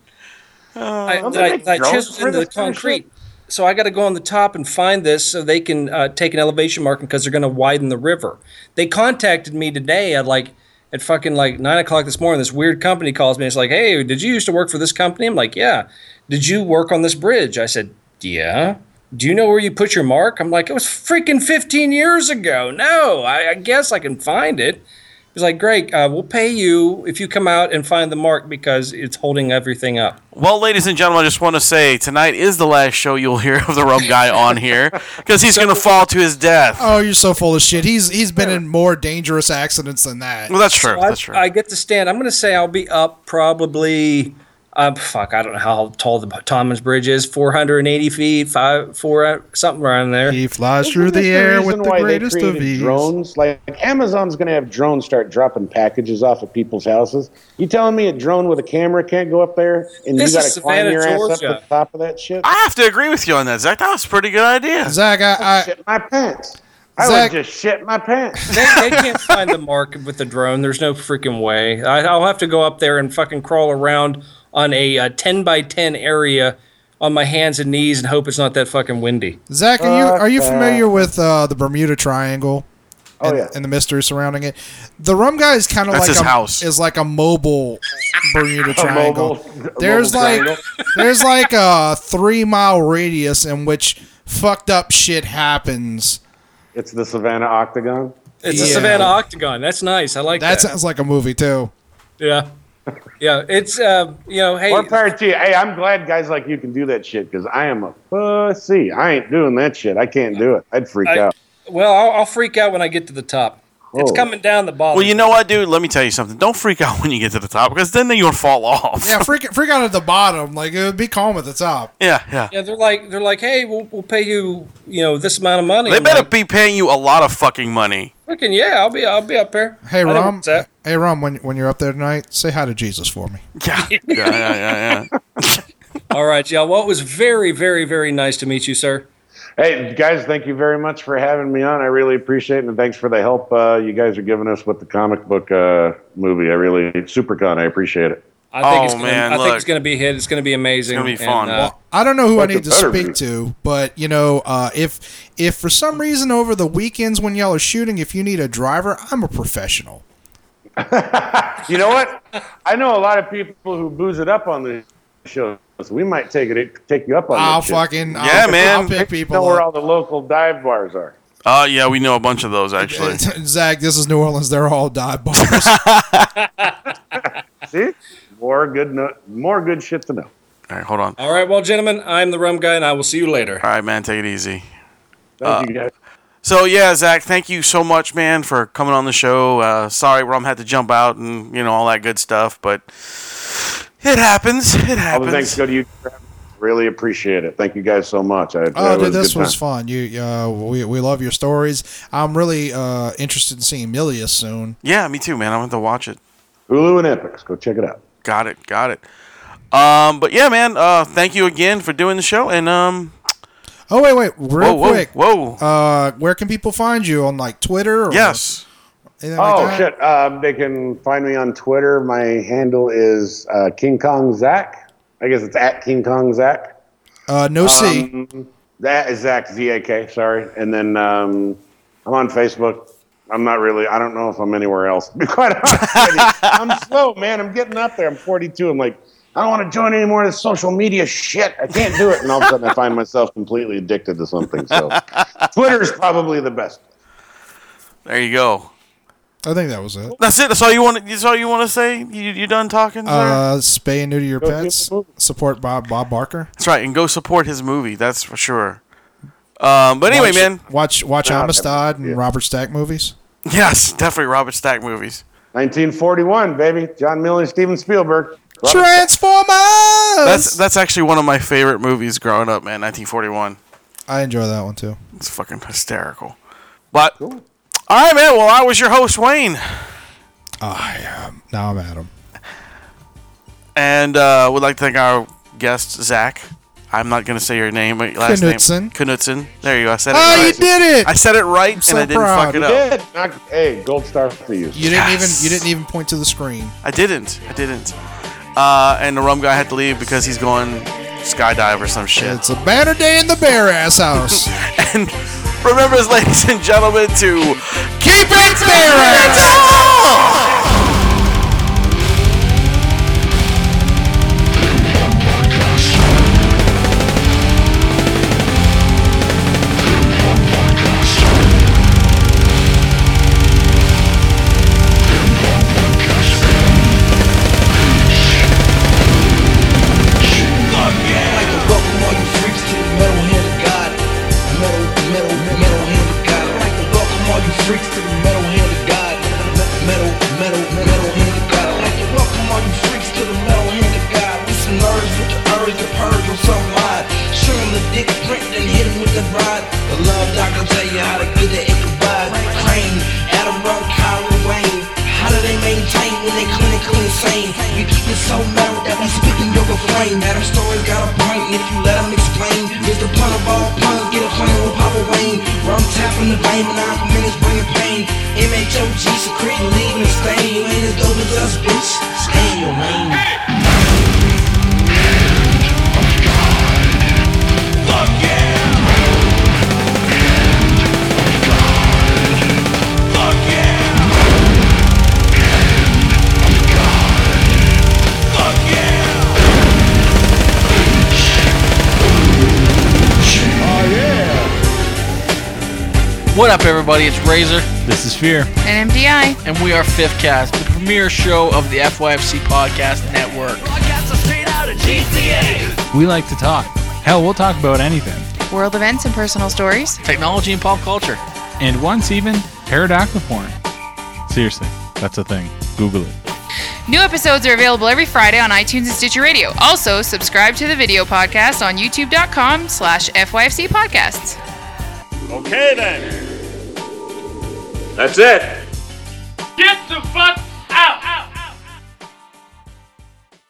[SPEAKER 5] I, that I,
[SPEAKER 6] make
[SPEAKER 5] that I
[SPEAKER 6] drones
[SPEAKER 5] chiseled
[SPEAKER 6] for
[SPEAKER 5] into the
[SPEAKER 6] this kind of
[SPEAKER 5] concrete. So I got to go on the top and find this so they can uh, take an elevation marking because they're going to widen the river. They contacted me today at like at fucking like nine o'clock this morning. This weird company calls me. It's like, hey, did you used to work for this company? I'm like, yeah. Did you work on this bridge? I said, yeah. Do you know where you put your mark? I'm like, it was freaking 15 years ago. No, I, I guess I can find it. He's like, great. Uh, we'll pay you if you come out and find the mark because it's holding everything up.
[SPEAKER 2] Well, ladies and gentlemen, I just want to say tonight is the last show you'll hear of the rum guy on here because he's going to fall to his death.
[SPEAKER 4] Oh, you're so full of shit. He's he's been in more dangerous accidents than that.
[SPEAKER 2] Well, that's true.
[SPEAKER 5] I,
[SPEAKER 2] That's true.
[SPEAKER 5] I get to stand. I'm going to say I'll be up probably
[SPEAKER 7] Uh, fuck, I don't know how tall the Thomas Bridge is. 480 feet, five, four, uh, something around there.
[SPEAKER 4] He flies through the air with the greatest of ease.
[SPEAKER 6] drones. Like Amazon's going to have drones start dropping packages off of people's houses. You telling me a drone with a camera can't go up there and
[SPEAKER 7] This
[SPEAKER 6] you got
[SPEAKER 7] is
[SPEAKER 6] to climb
[SPEAKER 7] Savannah,
[SPEAKER 6] your ass
[SPEAKER 7] Georgia.
[SPEAKER 6] up to the top of that shit?
[SPEAKER 2] I have to agree with you on that, Zach. That was a pretty good idea.
[SPEAKER 4] Zach, I,
[SPEAKER 6] shit my pants. I
[SPEAKER 4] Zach-
[SPEAKER 6] would just shit my pants.
[SPEAKER 7] they, they can't find the mark with the drone. There's no freaking way. I, I'll have to go up there and fucking crawl around on a uh, 10 by 10 area on my hands and knees and hope it's not that fucking windy.
[SPEAKER 4] I Zach, are you are you
[SPEAKER 6] Fuck that.
[SPEAKER 4] familiar with uh, the Bermuda Triangle?
[SPEAKER 6] Oh
[SPEAKER 4] and,
[SPEAKER 6] yeah.
[SPEAKER 4] and the mystery surrounding it. The rum guy is kind of
[SPEAKER 2] That's
[SPEAKER 4] like
[SPEAKER 2] his
[SPEAKER 4] a,
[SPEAKER 2] house.
[SPEAKER 4] is like a mobile Bermuda Triangle.
[SPEAKER 6] mobile-
[SPEAKER 4] there's
[SPEAKER 6] mobile
[SPEAKER 4] like
[SPEAKER 6] triangle.
[SPEAKER 4] there's like a three mile radius in which fucked up shit happens.
[SPEAKER 6] It's the Savannah Octagon.
[SPEAKER 7] It's a
[SPEAKER 4] Yeah.
[SPEAKER 7] Savannah Octagon. That's nice. I like
[SPEAKER 4] That
[SPEAKER 7] that.
[SPEAKER 4] sounds like a movie too.
[SPEAKER 7] yeah. Yeah. It's, uh, you know, hey,
[SPEAKER 6] One part to you. Hey, I'm glad guys like you can do that shit because I am a pussy. I ain't doing that shit. I can't do it. I'd freak
[SPEAKER 7] I-
[SPEAKER 6] out.
[SPEAKER 7] well, I'll, I'll freak out when I get to the top. It's
[SPEAKER 6] Oh.
[SPEAKER 7] coming down the bottom.
[SPEAKER 2] Well, you know what, dude? Let me tell you something. Don't freak out when you get to the top because then you're going to fall off.
[SPEAKER 4] Yeah, freak freak out at the bottom. Like it would be calm at the top.
[SPEAKER 2] yeah, yeah.
[SPEAKER 7] yeah, they're like, they're like, hey, we'll, we'll pay you, you know, this amount of money.
[SPEAKER 2] They
[SPEAKER 7] I'm
[SPEAKER 2] better
[SPEAKER 7] like,
[SPEAKER 2] be paying you a lot of fucking money.
[SPEAKER 7] Freaking yeah, I'll be, I'll be up there.
[SPEAKER 4] Hey
[SPEAKER 7] I know
[SPEAKER 4] Rom,
[SPEAKER 7] what's up.
[SPEAKER 4] hey Rom, when when you're up there tonight, say hi to Jesus for me.
[SPEAKER 2] Yeah, yeah, yeah, yeah. yeah.
[SPEAKER 7] All right, y'all. Well, it was very, very, very nice to meet you, sir.
[SPEAKER 6] Hey, guys, thank you very much for having me on. I really appreciate it, and thanks for the help uh, you guys are giving us with the comic book uh, movie. I really, SuperCon, I appreciate it.
[SPEAKER 7] I think
[SPEAKER 2] Oh,
[SPEAKER 7] it's gonna,
[SPEAKER 2] man,
[SPEAKER 7] I
[SPEAKER 2] look.
[SPEAKER 7] think it's going to be a hit. It's going to be amazing.
[SPEAKER 2] gonna be
[SPEAKER 7] And,
[SPEAKER 2] fun.
[SPEAKER 7] uh,
[SPEAKER 4] I don't know who I need to
[SPEAKER 6] better
[SPEAKER 4] speak
[SPEAKER 6] be.
[SPEAKER 4] to, but you know, uh, if if for some reason over the weekends when y'all are shooting, if you need a driver, I'm a professional.
[SPEAKER 6] You know what? I know a lot of people who booze it up on the show, so we might take it take you up on
[SPEAKER 4] I'll
[SPEAKER 6] that shit.
[SPEAKER 4] fucking I'll-
[SPEAKER 2] Yeah, man.
[SPEAKER 4] I'll pick people
[SPEAKER 6] know
[SPEAKER 4] up.
[SPEAKER 6] where all the local dive bars are.
[SPEAKER 2] Oh, yeah, we know a bunch of those, actually.
[SPEAKER 4] Zach, this is New Orleans. They're all dive bars.
[SPEAKER 6] See, more good, no- more good shit to know.
[SPEAKER 2] All right, hold on. All
[SPEAKER 7] all right, well, gentlemen, I'm the rum guy, and I will see you later.
[SPEAKER 2] right, man, take it easy.
[SPEAKER 6] Thank you guys.
[SPEAKER 2] So yeah, Zach, thank you so much, man, for coming on the show. Uh, sorry, Rum had to jump out and you know all that good stuff, but it happens. It
[SPEAKER 6] All the thanks
[SPEAKER 2] happens.
[SPEAKER 6] go to you. Really appreciate it. Thank you guys so much.
[SPEAKER 4] oh,
[SPEAKER 6] I, it was
[SPEAKER 4] dude,
[SPEAKER 6] a
[SPEAKER 4] this
[SPEAKER 6] good
[SPEAKER 4] was
[SPEAKER 6] time.
[SPEAKER 4] fun. You, uh, we, we love your stories. I'm really uh, interested in seeing Milius soon.
[SPEAKER 2] Yeah, me too, man. I went to watch it.
[SPEAKER 6] Hulu and Epics. Go check it out.
[SPEAKER 2] Got it. Got it. Um, but yeah, man, uh, thank you again for doing the show. And um,
[SPEAKER 4] Oh wait, wait,
[SPEAKER 2] whoa,
[SPEAKER 4] real
[SPEAKER 2] whoa,
[SPEAKER 4] quick.
[SPEAKER 2] whoa,
[SPEAKER 4] Uh, where can people find you on like Twitter? Or
[SPEAKER 2] yes,
[SPEAKER 4] anything like
[SPEAKER 6] Oh
[SPEAKER 4] that?
[SPEAKER 6] shit! Um, they can find me on Twitter. My handle is uh, King Kong Zach. I guess it's at King Kong Zach.
[SPEAKER 4] Uh, no C.
[SPEAKER 6] Um, That is Zach Z A K. Sorry. And then um, I'm on Facebook. I'm not really. I don't know if I'm anywhere else. To be quite honest, with you. I'm slow, man. I'm getting up there. I'm 42. I'm like, I don't want to join any more of this social media shit. I can't do it. And all of a sudden, I find myself completely addicted to something. So, Twitter is probably the best.
[SPEAKER 2] there you go.
[SPEAKER 4] I think that was it.
[SPEAKER 2] That's it. That's all you want. That's all you want to say. You, you done talking? sir?
[SPEAKER 4] Uh, spay and neuter your
[SPEAKER 6] Go see
[SPEAKER 4] pets.
[SPEAKER 6] the movie.
[SPEAKER 4] Support Bob Bob Barker.
[SPEAKER 2] that's right. And go support his movie. That's for sure. Um, but anyway,
[SPEAKER 4] watch,
[SPEAKER 2] man.
[SPEAKER 4] watch watch Amistad and
[SPEAKER 6] yeah.
[SPEAKER 4] Robert Stack movies.
[SPEAKER 2] Yes, definitely Robert Stack movies.
[SPEAKER 6] 1941, baby. John Miller and Steven Spielberg. Robert
[SPEAKER 4] Transformers.
[SPEAKER 2] That's that's actually one of my favorite movies growing up, man. 1941.
[SPEAKER 4] I enjoy that one too.
[SPEAKER 2] It's fucking hysterical. But all right, man. Well, I was your host, Wayne,
[SPEAKER 4] Now I'm Adam.
[SPEAKER 2] and uh, would like to thank our guest, Zach. I'm not gonna say your name, but your last name
[SPEAKER 4] Knudsen.
[SPEAKER 2] Knudsen. There you go. I said it.
[SPEAKER 4] Oh,
[SPEAKER 2] right.
[SPEAKER 4] you did it!
[SPEAKER 2] I said it right,
[SPEAKER 4] so
[SPEAKER 2] and I didn't
[SPEAKER 4] proud.
[SPEAKER 2] fuck it
[SPEAKER 4] You
[SPEAKER 2] up.
[SPEAKER 6] Good. Knock- Hey, gold star for you.
[SPEAKER 4] You didn't
[SPEAKER 2] Yes.
[SPEAKER 4] even you didn't even point to the screen.
[SPEAKER 2] I didn't. I didn't. Uh, and the rum guy had to leave because he's going skydive or some shit.
[SPEAKER 4] It's a banner day in the bare ass house.
[SPEAKER 2] and remember, ladies and gentlemen, to keep it
[SPEAKER 4] fair.
[SPEAKER 2] fair.
[SPEAKER 9] I'd like to welcome all you freaks to the metal hand of God. Metal, metal, metal hand of God. I'd like to welcome all you freaks to the metal hand of God. Metal, metal, brain. Adam Story got a point if you let him explain. Mr. Pun of all puns, get a plan with Papa Wayne. Where I'm tapping the vein, and I'm minutes bringing pain. MHOG secret, leaving a stain. You ain't as dope as us, bitch. Stay in your lane.
[SPEAKER 5] What up, everybody? It's Razor,
[SPEAKER 10] This is Fear.
[SPEAKER 11] And MDI.
[SPEAKER 5] and we are Fifth Cast, the premier show of the FYFC Podcast Network.
[SPEAKER 10] We like to talk. Hell, we'll talk about anything.
[SPEAKER 11] World events and personal stories.
[SPEAKER 5] Technology and pop culture.
[SPEAKER 10] And once even, pterodactyl porn. Seriously, that's a thing. Google it.
[SPEAKER 11] New episodes are available every Friday on iTunes and Stitcher Radio. Also, subscribe to the video podcast on youtube.com slash FYFC podcasts.
[SPEAKER 6] Okay then. That's it. Get the fuck